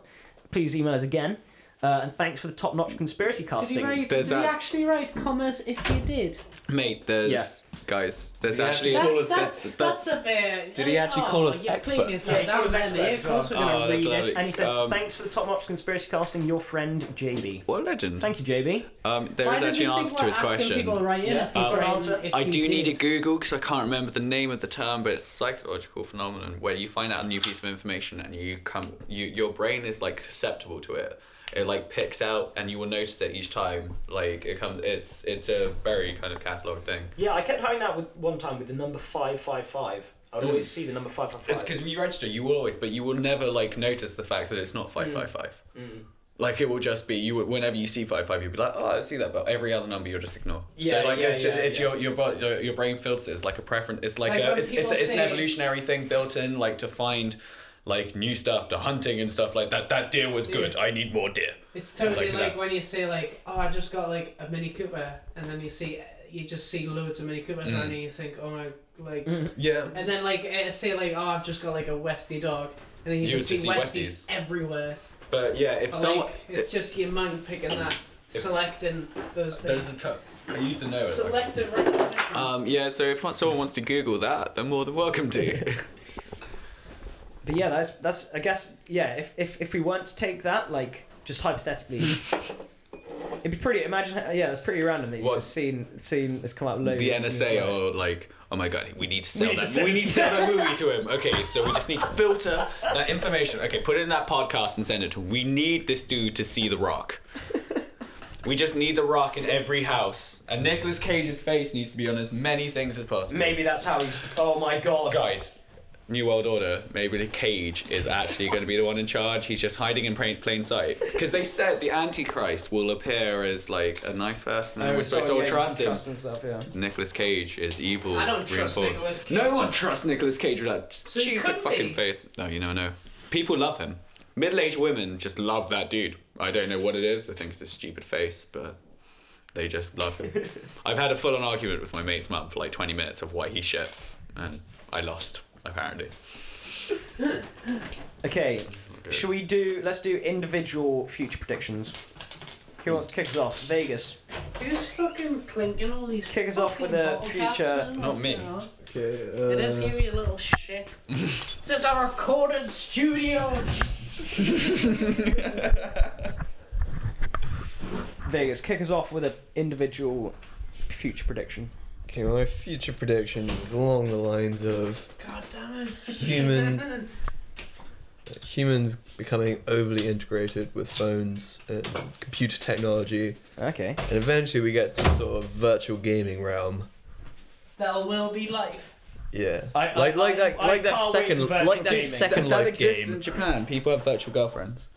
Speaker 1: Please email us again. Uh, and thanks for the top-notch conspiracy
Speaker 2: Did he,
Speaker 1: casting.
Speaker 2: write, did
Speaker 3: There's
Speaker 2: he
Speaker 3: that-
Speaker 2: actually write commas if you did?
Speaker 3: Mate, there's
Speaker 1: Yeah.
Speaker 3: guys. There's actually
Speaker 2: That's, that's, that's a bit. oh,
Speaker 8: Did he actually call us
Speaker 2: you're playing
Speaker 8: experts?
Speaker 2: yourself
Speaker 1: Yeah, he
Speaker 2: down
Speaker 6: called us
Speaker 2: there, mate.
Speaker 6: experts,
Speaker 2: Of course we're going to
Speaker 3: Oh, that's
Speaker 2: read
Speaker 3: lovely.
Speaker 2: it.
Speaker 1: And he said,
Speaker 3: Um,
Speaker 1: "Thanks for the top-notch conspiracy casting, your friend JB."
Speaker 3: what a legend.
Speaker 1: Thank you, JB.
Speaker 3: Um, there
Speaker 2: Why
Speaker 3: is
Speaker 2: did
Speaker 3: actually
Speaker 2: you
Speaker 3: an
Speaker 2: think
Speaker 3: answer to
Speaker 2: we're
Speaker 3: his
Speaker 2: asking
Speaker 3: question. Um,
Speaker 2: people to write in
Speaker 1: Yeah.
Speaker 2: if he's
Speaker 1: Uh,
Speaker 2: writing
Speaker 1: answer-
Speaker 2: if
Speaker 3: I
Speaker 2: you
Speaker 3: do
Speaker 2: did?
Speaker 3: need to Google because I can't remember the name of the term, but it's a psychological phenomenon where you find out a new piece of information and you come, you your brain is like susceptible to it. It like picks out, and you will notice it each time. Like it comes, it's it's a very kind of catalog thing.
Speaker 1: Yeah, I kept having that with one time with the number five five five. I'd always see the number five five
Speaker 3: It's because
Speaker 1: five.
Speaker 3: when you register, you will always, but you will never like notice the fact that it's not five five five. Like it will just be you. will- Whenever you see five five, you'll be like, oh, I see that, but every other number you'll just ignore.
Speaker 1: Yeah,
Speaker 3: so like
Speaker 1: yeah,
Speaker 3: it's,
Speaker 1: yeah,
Speaker 3: it's
Speaker 1: yeah.
Speaker 3: Your, your bo- your your brain filters it. It's like a preference. It's like,
Speaker 2: like
Speaker 3: a,
Speaker 2: when
Speaker 3: it's it's,
Speaker 2: people
Speaker 3: it's an
Speaker 2: say-
Speaker 3: evolutionary thing built in, like to find like new stuff, to hunting and stuff like that. That deer was good. I need more deer.
Speaker 2: It's totally
Speaker 3: Like
Speaker 2: like,
Speaker 3: that.
Speaker 2: when you say like, "Oh, I just got like a Mini Cooper," and then you see you just see loads of Mini
Speaker 3: Mm.
Speaker 2: Coopers around and you think, "Oh my, like,"
Speaker 3: Yeah.
Speaker 2: and then like eh, say like, "Oh, I've just got like a Westie dog," and then you, just, see Westies, uh,
Speaker 3: Westies.
Speaker 2: everywhere.
Speaker 3: But yeah, if
Speaker 2: But,
Speaker 3: someone
Speaker 2: Oh, like, it's just your mind picking that, selecting those
Speaker 3: there's
Speaker 2: things,
Speaker 3: a truck. I used to know it. like-
Speaker 2: selective recognition.
Speaker 3: Um, yeah, so if someone wants to Google that, they're more than welcome to.
Speaker 1: But yeah, that's that's. I guess yeah. If if if we weren't to take that, like just hypothetically, it'd be pretty. Imagine yeah, it's pretty random that you've
Speaker 3: What?
Speaker 1: just seen seen it's come out loads.
Speaker 3: the
Speaker 1: and it's
Speaker 3: NSA
Speaker 1: like-
Speaker 3: are like, oh my god, we need to sell
Speaker 1: need to
Speaker 3: that.
Speaker 1: sell-
Speaker 3: we need to sell that movie to him. Okay, so we just need to filter that information. Okay, put it in that podcast and send it to. him. We need this dude to see The Rock. We just need The Rock in every house, and Nicolas Cage's face needs to be on as many things as possible.
Speaker 1: Maybe that's how he's. Oh my god.
Speaker 3: guys. New World Order, maybe the Cage is actually going to be the one in charge. He's just hiding in plain, plain sight. Because they said the Antichrist will appear as like a nice person, and
Speaker 1: Oh,
Speaker 3: we're supposed to
Speaker 1: sorry,
Speaker 3: all
Speaker 1: yeah,
Speaker 3: trust him.
Speaker 1: and stuff, yeah.
Speaker 4: Mm.
Speaker 3: Nicolas Cage is evil.
Speaker 2: I don't trust
Speaker 3: reinforced.
Speaker 2: Nicolas Cage.
Speaker 3: No one trusts Nicolas Cage with that
Speaker 2: So he
Speaker 3: stupid
Speaker 2: could
Speaker 3: fucking
Speaker 2: be.
Speaker 3: face. No, you know, no. People love him. Middle-aged women just love that dude. I don't know what it is. I think it's a stupid face, but they just love him. I've had a full-on argument with my mate's mum for like 20 minutes of why he's shit, and I lost apparently.
Speaker 1: Okay, should we do? Let's do individual future predictions. Who wants to kick us off? Vegas.
Speaker 2: Who's fucking clinking all these?
Speaker 1: Kick us off with
Speaker 2: fucking
Speaker 1: a
Speaker 2: bottle caps
Speaker 1: future-
Speaker 2: in?
Speaker 3: Not me.
Speaker 2: You know?
Speaker 5: Okay.
Speaker 2: It is
Speaker 5: Uh,
Speaker 2: you, you little shit. This is a recorded studio.
Speaker 1: Vegas, kick us off with an individual future prediction.
Speaker 5: Okay, my future prediction is along the lines of
Speaker 2: God damn it.
Speaker 5: human humans becoming overly integrated with phones and computer technology,
Speaker 1: Okay.
Speaker 5: and eventually we get to sort of virtual gaming realm.
Speaker 2: There will be life.
Speaker 5: Yeah,
Speaker 1: I-
Speaker 5: like
Speaker 1: I-
Speaker 5: like
Speaker 1: I-
Speaker 5: that
Speaker 1: I
Speaker 5: like that
Speaker 1: can't wait
Speaker 5: second
Speaker 1: for virtual
Speaker 5: like that
Speaker 1: gaming.
Speaker 5: second
Speaker 4: that
Speaker 5: life
Speaker 4: exists
Speaker 5: game.
Speaker 4: in Japan. People have virtual girlfriends.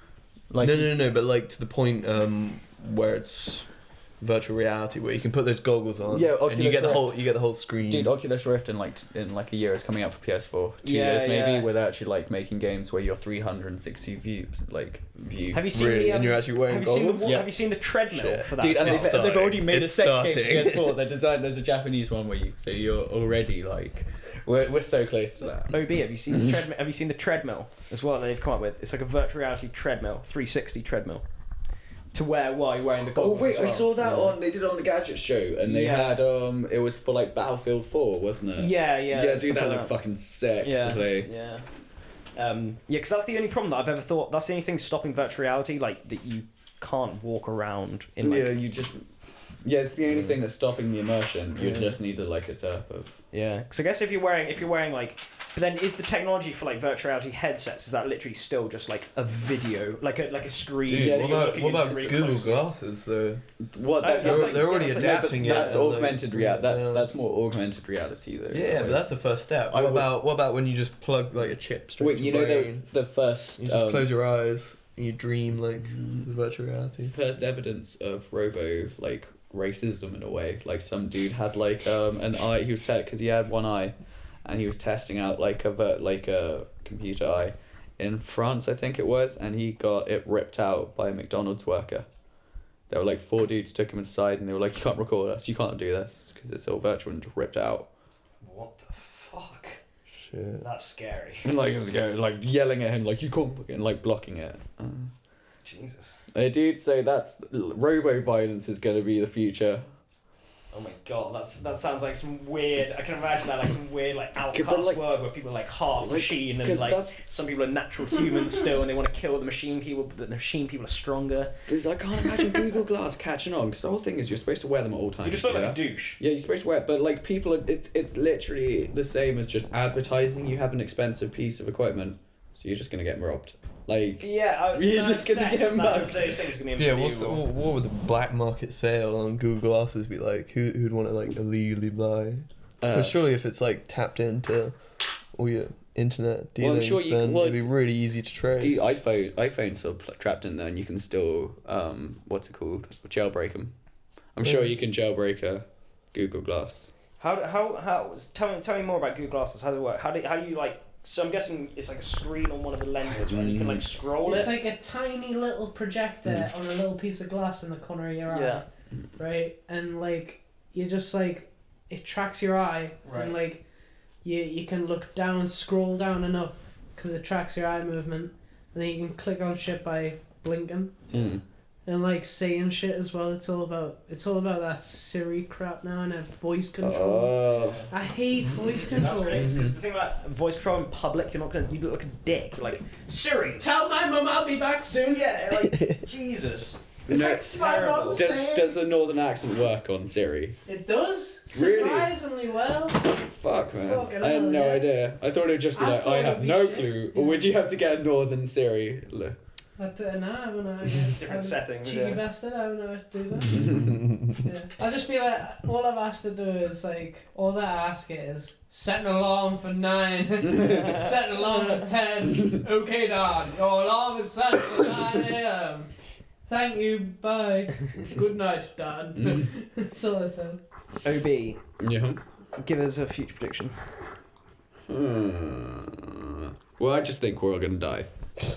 Speaker 1: Like
Speaker 5: no, no, no, no, but like to the point um, where it's virtual reality, where you can put those goggles on,
Speaker 4: Yeah,
Speaker 5: and you
Speaker 4: Oculus
Speaker 5: get the
Speaker 4: Rift.
Speaker 5: whole you get the whole screen.
Speaker 1: Hmm.
Speaker 4: Dude, Oculus Rift in like t- in like a year is coming out for PS4. Two
Speaker 1: Yeah,
Speaker 4: years maybe,
Speaker 1: yeah.
Speaker 4: where they're actually like making games where you're 360 view like view.
Speaker 1: Have you seen
Speaker 5: Really?
Speaker 1: the? Um,
Speaker 5: And you're actually wearing
Speaker 1: have you seen the?
Speaker 5: goggles?
Speaker 1: wa-
Speaker 4: Yeah.
Speaker 1: Have you seen the treadmill
Speaker 5: Shit.
Speaker 1: for that?
Speaker 4: Dude,
Speaker 1: as
Speaker 4: and
Speaker 1: well?
Speaker 4: they've, they've already made
Speaker 5: It's
Speaker 4: a sex game
Speaker 5: starting.
Speaker 4: game PS4. They're designed. There's a Japanese one where you so you're already like, we're, we're so close to that.
Speaker 1: Ob, have you seen the
Speaker 5: Mm-hmm.
Speaker 1: treadmill? Have you seen the treadmill as well that they've come up with? It's like a virtual reality treadmill, 360 treadmill. To wear while you're wearing the
Speaker 4: Oh
Speaker 1: goggles.
Speaker 4: wait,
Speaker 1: as well.
Speaker 4: I saw that on. They did it on the Gadget Show, and they
Speaker 1: Yeah.
Speaker 4: had um, it was for like Battlefield Four, wasn't it?
Speaker 1: Yeah, yeah.
Speaker 4: Yeah,
Speaker 1: stuff
Speaker 4: dude, that
Speaker 1: like
Speaker 4: looked fucking sick
Speaker 1: yeah,
Speaker 4: to play.
Speaker 1: Yeah. Um, yeah, because that's the only problem that I've ever thought. That's the only thing stopping virtual reality, like that you can't walk around in like
Speaker 4: yeah, you just. Yeah, it's the only thing that's stopping the immersion. You
Speaker 1: Hmm.
Speaker 4: just need to like a surf of.
Speaker 1: Yeah, because I guess if you're wearing if you're wearing like, but then is the technology for like virtual reality headsets is that literally still just like a video like a like a screen?
Speaker 5: Dude,
Speaker 1: that
Speaker 5: what
Speaker 1: you're
Speaker 5: about,
Speaker 1: looking
Speaker 5: what
Speaker 1: into
Speaker 5: about
Speaker 1: really
Speaker 5: Google
Speaker 1: closely?
Speaker 5: Glasses though?
Speaker 4: What?
Speaker 1: Oh,
Speaker 4: That,
Speaker 1: that's
Speaker 5: they're,
Speaker 1: like-
Speaker 5: they're already
Speaker 1: yeah, that's like-
Speaker 5: adapting
Speaker 4: no, but
Speaker 5: it.
Speaker 4: that's
Speaker 5: and, like,
Speaker 4: augmented reality. That's
Speaker 5: yeah.
Speaker 4: that's more augmented reality though.
Speaker 5: Yeah, but that's the first step. What
Speaker 4: would-
Speaker 5: about what about when you just plug like a chip straight
Speaker 4: Wait,
Speaker 5: to
Speaker 4: you
Speaker 5: your
Speaker 4: know there
Speaker 5: brain?
Speaker 4: was the first
Speaker 5: You just
Speaker 4: um,
Speaker 5: close your eyes and you dream like the virtual reality.
Speaker 4: first evidence of robo like racism in a way like some dude had like um an eye he was tech because he had one eye and he was testing out like a ver- like a computer eye in france i think it was and he got it ripped out by a mcdonald's worker there were like four dudes took him inside and they were like you can't record us you can't do this because it's all virtual and just ripped it out
Speaker 1: What the fuck?
Speaker 5: Shit.
Speaker 1: That's scary.
Speaker 4: and like it was going like yelling at him like you can't fucking like blocking it
Speaker 1: Jesus.
Speaker 4: uh, dude so that's robo violence is going to be the future
Speaker 1: Oh my god, that's that sounds like some weird. I can imagine that like some weird like
Speaker 4: but,
Speaker 1: outcast
Speaker 4: like-
Speaker 1: world where people are like half
Speaker 4: like,
Speaker 1: machine and
Speaker 4: 'cause
Speaker 1: like
Speaker 4: that's-
Speaker 1: some people are natural humans still and they want to kill the machine people. But the machine people are stronger.
Speaker 4: Because I can't imagine Google Glass catching on. Because the whole thing is you're supposed to wear them at all times.
Speaker 1: You just look
Speaker 4: yeah?
Speaker 1: like a douche.
Speaker 4: Yeah, you're supposed to wear, but like people, are, it's it's literally the same as just advertising. You have an expensive piece of equipment, so you're just gonna get robbed. Like,
Speaker 1: Yeah, I,
Speaker 4: You're just gonna
Speaker 1: that's-
Speaker 4: get
Speaker 1: that-
Speaker 4: mugged.
Speaker 1: Those things are gonna be
Speaker 5: Yeah, what's the,
Speaker 1: unbelievable.
Speaker 5: what, what would the black market sale on Google Glasses be like? Who who'd want to like illegally buy?
Speaker 4: uh,
Speaker 5: Because surely if it's like tapped into all your internet
Speaker 4: Well,
Speaker 5: dealings,
Speaker 4: I'm sure you-
Speaker 5: then
Speaker 4: well,
Speaker 5: it'd be really easy to trace.
Speaker 4: do you- iPhone iPhone's still pl- trapped in there, and you can still um, what's it called? Jailbreak them. I'm sure you can jailbreak a Google Glass.
Speaker 1: How do- how how? Tell me tell me more about Google Glasses. How does it work? How do how do you like? So I'm guessing it's like a screen on one of the lenses, right? You can like scroll
Speaker 2: It's
Speaker 1: it.
Speaker 2: like a tiny little
Speaker 4: Mm.
Speaker 2: projector on a little piece of glass in the corner of your eye.
Speaker 1: Yeah.
Speaker 2: Right? And like you just like it tracks your eye
Speaker 1: Right.
Speaker 2: and like you you can look down, scroll down and up because it tracks your eye movement. And then you can click on shit by blinking
Speaker 4: Mm.
Speaker 2: and like saying shit as well. It's all about it's all about that Siri crap now and a voice control.
Speaker 4: Oh,
Speaker 2: I hate voice
Speaker 1: That's
Speaker 2: control.
Speaker 1: what it is. It's the thing about voice control in public. You're not gonna. You look like a dick. You're like Siri.
Speaker 2: Tell my mum I'll be back soon.
Speaker 1: Yeah. Like Jesus.
Speaker 4: No,
Speaker 2: Text my
Speaker 1: terrible.
Speaker 2: mum
Speaker 4: does,
Speaker 2: saying
Speaker 4: does the northern accent work on Siri?
Speaker 2: it does
Speaker 4: Really?
Speaker 2: surprisingly well.
Speaker 4: Fuck man,
Speaker 2: Fucking
Speaker 4: I had
Speaker 2: hell,
Speaker 4: no
Speaker 2: yeah.
Speaker 4: idea. I thought it would just be
Speaker 2: I
Speaker 4: like,
Speaker 2: thought
Speaker 4: I
Speaker 2: it'd
Speaker 4: have
Speaker 2: be
Speaker 4: no
Speaker 2: shit.
Speaker 4: clue.
Speaker 2: Yeah.
Speaker 4: Would you have to get Northern Siri? Look.
Speaker 2: I don't know, uh, I don't know. I
Speaker 1: Different settings,
Speaker 2: Cheeky
Speaker 1: yeah.
Speaker 2: bastard, I don't know how to do that. yeah. I'll just be like, all I've asked to do is like, all that I ask it is set an alarm for nine, set an alarm to ten. Okay, Don, your alarm is set for nine a.m. Thank you, bye. Good night, Don. That's all I said.
Speaker 1: Ob,
Speaker 4: Yeah.
Speaker 1: give us a future prediction.
Speaker 4: Hmm. Well, I just think we're all gonna die.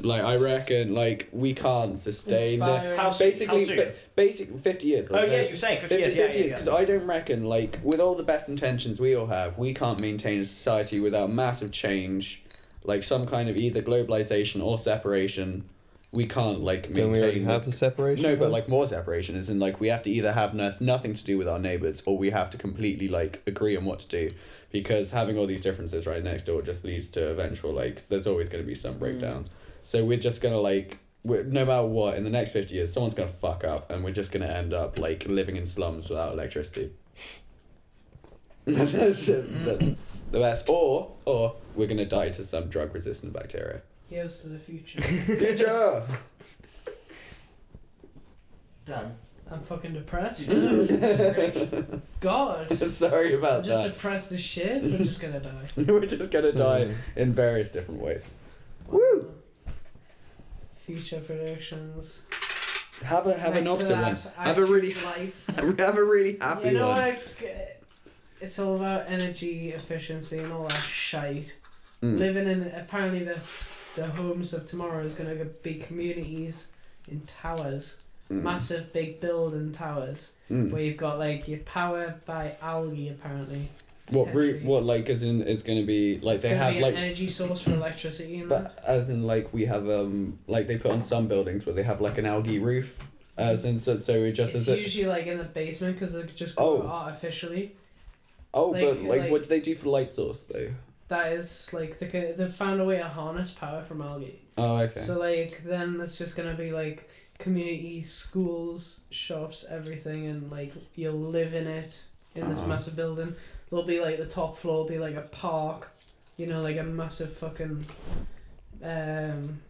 Speaker 4: Like I reckon, like we can't sustain that.
Speaker 2: Inspiring.
Speaker 1: How soon?
Speaker 4: Basically,
Speaker 1: How soon?
Speaker 4: ba- basic fifty years.
Speaker 1: oh
Speaker 4: like,
Speaker 1: yeah,
Speaker 4: uh,
Speaker 1: you were saying 50,
Speaker 4: 50,
Speaker 1: years. Yeah, yeah, yeah.
Speaker 4: because I don't reckon, like, with all the best intentions we all have, we can't maintain a society without massive change, like some kind of either globalization or separation, we can't like maintain
Speaker 3: Don't we already have
Speaker 4: this-
Speaker 3: the separation?
Speaker 4: no, but
Speaker 3: one?
Speaker 4: like more separation is in like we have to either have no- nothing to do with our neighbors or we have to completely like agree on what to do because having all these differences right next door just leads to eventual like there's always going to be some breakdown. So we're just going to like we're, no matter what in the next 50 years someone's going to fuck up and we're just going to end up like living in slums without electricity. that's, that's the best or or we're going to die to some drug resistant bacteria.
Speaker 2: Here's to the future.
Speaker 4: Future.
Speaker 19: Dan.
Speaker 2: I'm fucking depressed. God.
Speaker 4: Sorry
Speaker 2: I'm
Speaker 4: about
Speaker 2: just
Speaker 4: that.
Speaker 2: depressed as shit. We're just gonna die.
Speaker 4: We're just gonna die in various different ways. Hmm. Woo!
Speaker 2: Future predictions.
Speaker 4: Have a have an
Speaker 2: Next to
Speaker 4: opposite one.
Speaker 2: that,
Speaker 4: Have a really
Speaker 2: actual life.
Speaker 4: have a really happy
Speaker 2: You know
Speaker 4: one.
Speaker 2: what? It's all about energy efficiency and all that shite.
Speaker 4: Mm.
Speaker 2: Living in apparently the the homes of tomorrow is going to be communities in towers, massive big building towers
Speaker 4: Mm.
Speaker 2: where you've got like your power by algae apparently.
Speaker 4: What re-
Speaker 2: potentially.
Speaker 4: what like as in it's gonna be like
Speaker 2: It's
Speaker 4: they
Speaker 2: going to
Speaker 4: have
Speaker 2: be
Speaker 4: like
Speaker 2: an energy source for electricity and that.
Speaker 4: but as in like we have um like they put on some buildings where they have like an algae roof as in so so it just
Speaker 2: It's
Speaker 4: as a,
Speaker 2: usually like in the basement because they're just built
Speaker 4: Oh.
Speaker 2: artificially.
Speaker 4: oh but
Speaker 2: like-
Speaker 4: like,
Speaker 2: like-
Speaker 4: what do they do for light source though?
Speaker 2: That is like they ca- they've found a way to harness power from algae.
Speaker 4: Oh okay.
Speaker 2: So like then there's just gonna be like community schools, shops, everything, and like you'll live in it in this
Speaker 4: Uh-huh.
Speaker 2: massive building. There'll be like the top floor will be like a park, you know, like a massive fucking um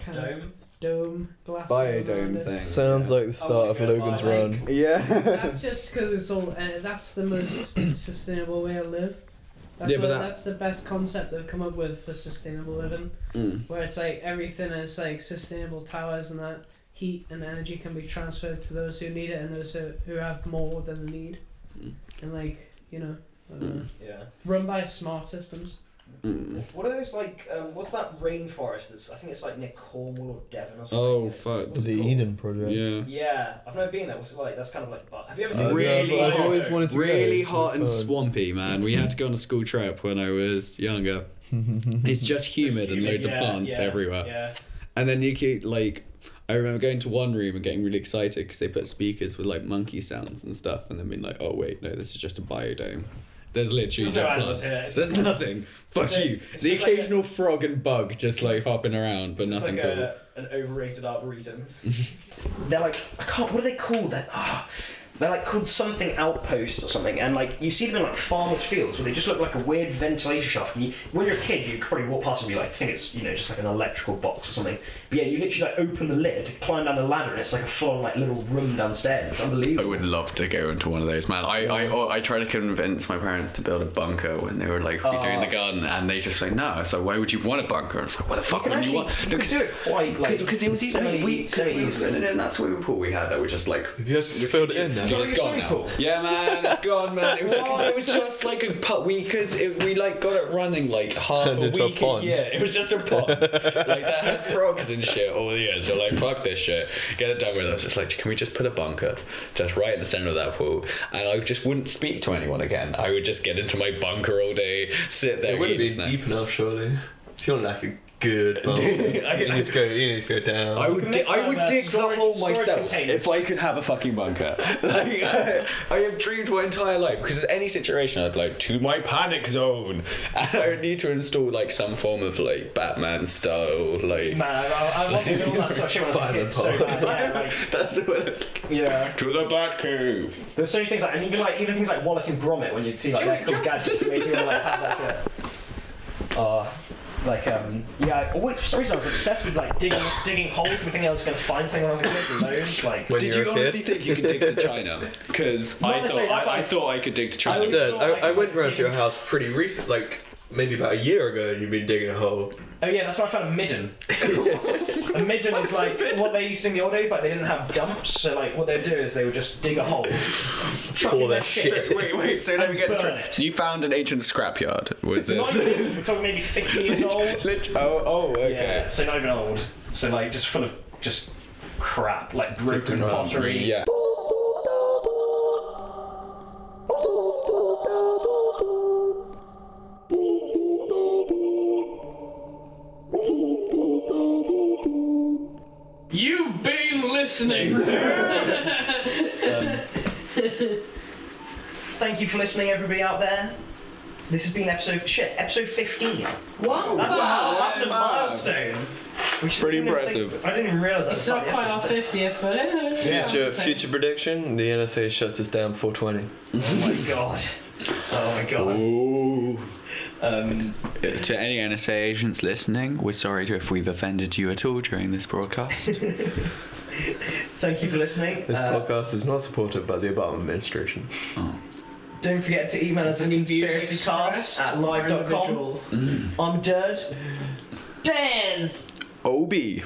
Speaker 2: kind of
Speaker 1: Dome.
Speaker 2: dome glass dome around
Speaker 4: Biodome
Speaker 2: it.
Speaker 4: thing.
Speaker 3: Sounds like the
Speaker 1: Oh
Speaker 3: start
Speaker 1: my
Speaker 3: of
Speaker 1: God,
Speaker 3: Logan's
Speaker 2: I like-
Speaker 3: Run.
Speaker 4: yeah.
Speaker 2: That's just because it's all. Uh, that's the most sustainable way to live. That's
Speaker 4: Yeah, but
Speaker 2: what,
Speaker 4: that-
Speaker 2: that's the best concept they've come up with for sustainable living.
Speaker 4: Mm.
Speaker 2: where it's like everything is like sustainable towers and that heat and energy can be transferred to those who need it and those who, who have more than the need
Speaker 4: Mm.
Speaker 2: and like you know I don't know.
Speaker 1: Yeah.
Speaker 2: run by smart systems
Speaker 4: Mm.
Speaker 1: What are those like? Um, what's that rainforest? That's I think it's like near Cornwall or Devon or something.
Speaker 4: Oh,
Speaker 1: It's-
Speaker 4: fuck.
Speaker 1: what's
Speaker 3: The
Speaker 1: it called?
Speaker 3: Eden Project.
Speaker 4: Yeah.
Speaker 1: Yeah, I've never been there. What's it like? That's kind of like. But have you ever
Speaker 3: Uh,
Speaker 1: seen?
Speaker 3: no,
Speaker 4: Really
Speaker 3: but I've
Speaker 4: hot.
Speaker 3: always wanted to go.
Speaker 4: really
Speaker 3: It
Speaker 4: hot and
Speaker 3: was
Speaker 4: swampy, man. We had to go on a school trip when I was younger.
Speaker 3: fun.
Speaker 4: It's just humid and loads of
Speaker 1: Yeah,
Speaker 4: plants
Speaker 1: yeah,
Speaker 4: everywhere.
Speaker 1: Yeah.
Speaker 4: And then you keep like, I remember going to one room and getting really excited because they put speakers with like monkey sounds and stuff, and then being like, oh wait, no, this is just a biodome. There's literally
Speaker 1: There's no animals
Speaker 4: just plants.
Speaker 1: here, it's
Speaker 4: There's
Speaker 1: just-
Speaker 4: nothing. Fuck
Speaker 1: it's a-
Speaker 4: you.
Speaker 1: it's
Speaker 4: The
Speaker 1: just like a-
Speaker 4: occasional frog and bug just like hopping around, but
Speaker 1: It's just
Speaker 4: nothing
Speaker 1: like
Speaker 4: cool.
Speaker 1: a, an overrated arboretum. they're like, I can't. What are they called? They're, ah, they're like called something outpost or something. And like you see them in like farmers' fields where they just look like a weird ventilation shaft. And you, when you're a kid, you probably walk past them and be like, think it's you know just like an electrical box or something. But yeah, you literally like open the lid, climb down a ladder, and it's like a full like little room downstairs. It's
Speaker 20: I
Speaker 1: unbelievable.
Speaker 20: would love to go into one of those, man. I, I, oh, I tried to convince my parents to build a bunker when they were like redoing
Speaker 1: Oh.
Speaker 20: the garden, and they just say no. So why would you want a bunker? I was like, what the fuck
Speaker 1: You
Speaker 20: would
Speaker 1: can
Speaker 20: you want?
Speaker 1: actually- you can do it quite like
Speaker 20: because it was easy.
Speaker 1: semi-
Speaker 20: we, 'cause
Speaker 1: semi
Speaker 20: we were
Speaker 1: easily.
Speaker 20: filling in that swimming pool we had that was just like.
Speaker 3: Have you actually filled it in now?
Speaker 20: John, it's
Speaker 1: your
Speaker 20: gone
Speaker 1: swimming
Speaker 20: now.
Speaker 1: pool?
Speaker 4: Yeah, man, it's gone, man. It was,
Speaker 1: Why?
Speaker 4: it was just like a pot. We because we like got it running like half
Speaker 3: Turned
Speaker 4: a
Speaker 3: into a
Speaker 4: week
Speaker 3: pond.
Speaker 4: year. It was just a pot. like that had frogs and shit all the years. So like, fuck this shit. Get it done with. I was just like, can we just put a bunker just right in the center of that pool? And I just wouldn't speak to anyone again. I would just get into my bunker all day, sit there.
Speaker 5: It wouldn't
Speaker 4: eat
Speaker 5: be
Speaker 4: snacks.
Speaker 5: deep enough, surely. If you want like a good bubble,
Speaker 4: Dude, I-
Speaker 5: you need to go. You need to go down.
Speaker 4: I would, dig, I
Speaker 1: one
Speaker 4: would
Speaker 1: of
Speaker 4: dig
Speaker 1: Uh, storage-
Speaker 4: the hole
Speaker 1: storage
Speaker 4: myself
Speaker 1: containers.
Speaker 4: if I could have a fucking bunker. like, I, I have dreamed my entire life because any situation I'd be like to my panic zone, and I would need to install like some form of like Batman style like.
Speaker 1: Man, I, I wanted to do all that sort of shit when I was a kid so bad. Yeah, like,
Speaker 4: That's what it's like.
Speaker 1: yeah.
Speaker 4: To the Batcave.
Speaker 1: There's so many things like, and even like even things like Wallace and Gromit when you'd see like electrical gadgets made you wanna, like have that shit. Uh, like um yeah, I always, for some reason I was obsessed with like digging digging holes and thinking I was gonna find something when I was like loads like.
Speaker 3: When
Speaker 4: Did
Speaker 3: you
Speaker 4: you
Speaker 3: were a
Speaker 4: honestly
Speaker 3: kid?
Speaker 4: think you could dig to China? Because I thought
Speaker 1: necessarily that,
Speaker 4: I,
Speaker 1: but
Speaker 4: I
Speaker 1: I-
Speaker 4: thought I could dig to
Speaker 1: I
Speaker 4: China.
Speaker 1: was-
Speaker 5: Dad, I, I went round to your house pretty recent, like maybe about a year ago, and you've been digging a hole.
Speaker 1: Oh yeah, that's where I found a midden. a midden is like what they used to in the old days. Like they didn't have dumps, so like what they'd do is they would just dig a hole, chuck in
Speaker 5: All
Speaker 1: their
Speaker 5: Oh, that
Speaker 1: shit.
Speaker 5: shit.
Speaker 4: Wait, wait. So let me get this
Speaker 1: Burn
Speaker 4: right.
Speaker 1: it.
Speaker 4: You found an ancient scrapyard. Was
Speaker 1: Not
Speaker 4: this?
Speaker 1: even, we're talking maybe 50 years old.
Speaker 4: Lit- oh, oh, okay.
Speaker 1: Yeah, so not even old. So like just full of just crap, like broken pottery.
Speaker 4: Um, Yeah.
Speaker 1: Thank you for listening, everybody out there. This has been episode shit, episode fifteen.
Speaker 2: Wow,
Speaker 1: That's
Speaker 2: wow.
Speaker 1: a that's a milestone. Which
Speaker 4: Pretty
Speaker 1: I didn't even
Speaker 4: impressive.
Speaker 1: think- I didn't even realise
Speaker 2: It's
Speaker 1: that's
Speaker 2: not quite our 50th, but eh,
Speaker 8: Future, future prediction: the NSA shuts us down 420.
Speaker 1: Oh my god. Oh my god. Um,
Speaker 4: Oh. To any NSA agents listening, we're sorry to if we've offended you at all during this broadcast.
Speaker 1: thank you for listening.
Speaker 8: This
Speaker 1: Uh,
Speaker 8: podcast is not supported by the Obama administration.
Speaker 1: Don't forget to email us at
Speaker 2: Any views
Speaker 1: conspiracycast
Speaker 2: expressed
Speaker 1: at
Speaker 2: are
Speaker 1: live.com.
Speaker 2: individual.
Speaker 4: Mm.
Speaker 1: I'm Derd.
Speaker 2: Dan!
Speaker 4: OB.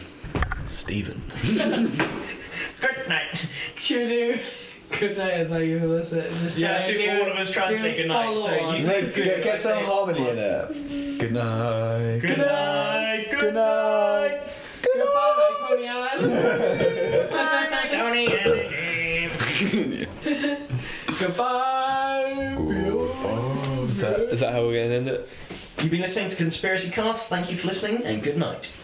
Speaker 8: Steven.
Speaker 1: Good night.
Speaker 2: Chudu. Good night, and thank you for listening. Just
Speaker 1: Yeah, let's
Speaker 2: try
Speaker 1: do
Speaker 2: and
Speaker 1: all of us try and
Speaker 2: do
Speaker 1: say
Speaker 2: a
Speaker 1: good night. So
Speaker 2: follow-on.
Speaker 1: you say good
Speaker 8: Get,
Speaker 1: I
Speaker 8: get some
Speaker 1: say-
Speaker 8: harmony in it. Good night.
Speaker 1: Good night. Good
Speaker 8: night.
Speaker 2: Goodbye, my Coney Island. Bye, my Coney Island. Goodbye.
Speaker 8: Is that, is that how we're going to end it?
Speaker 1: You've been listening to Conspiracy Cast. Thank you for listening and good night.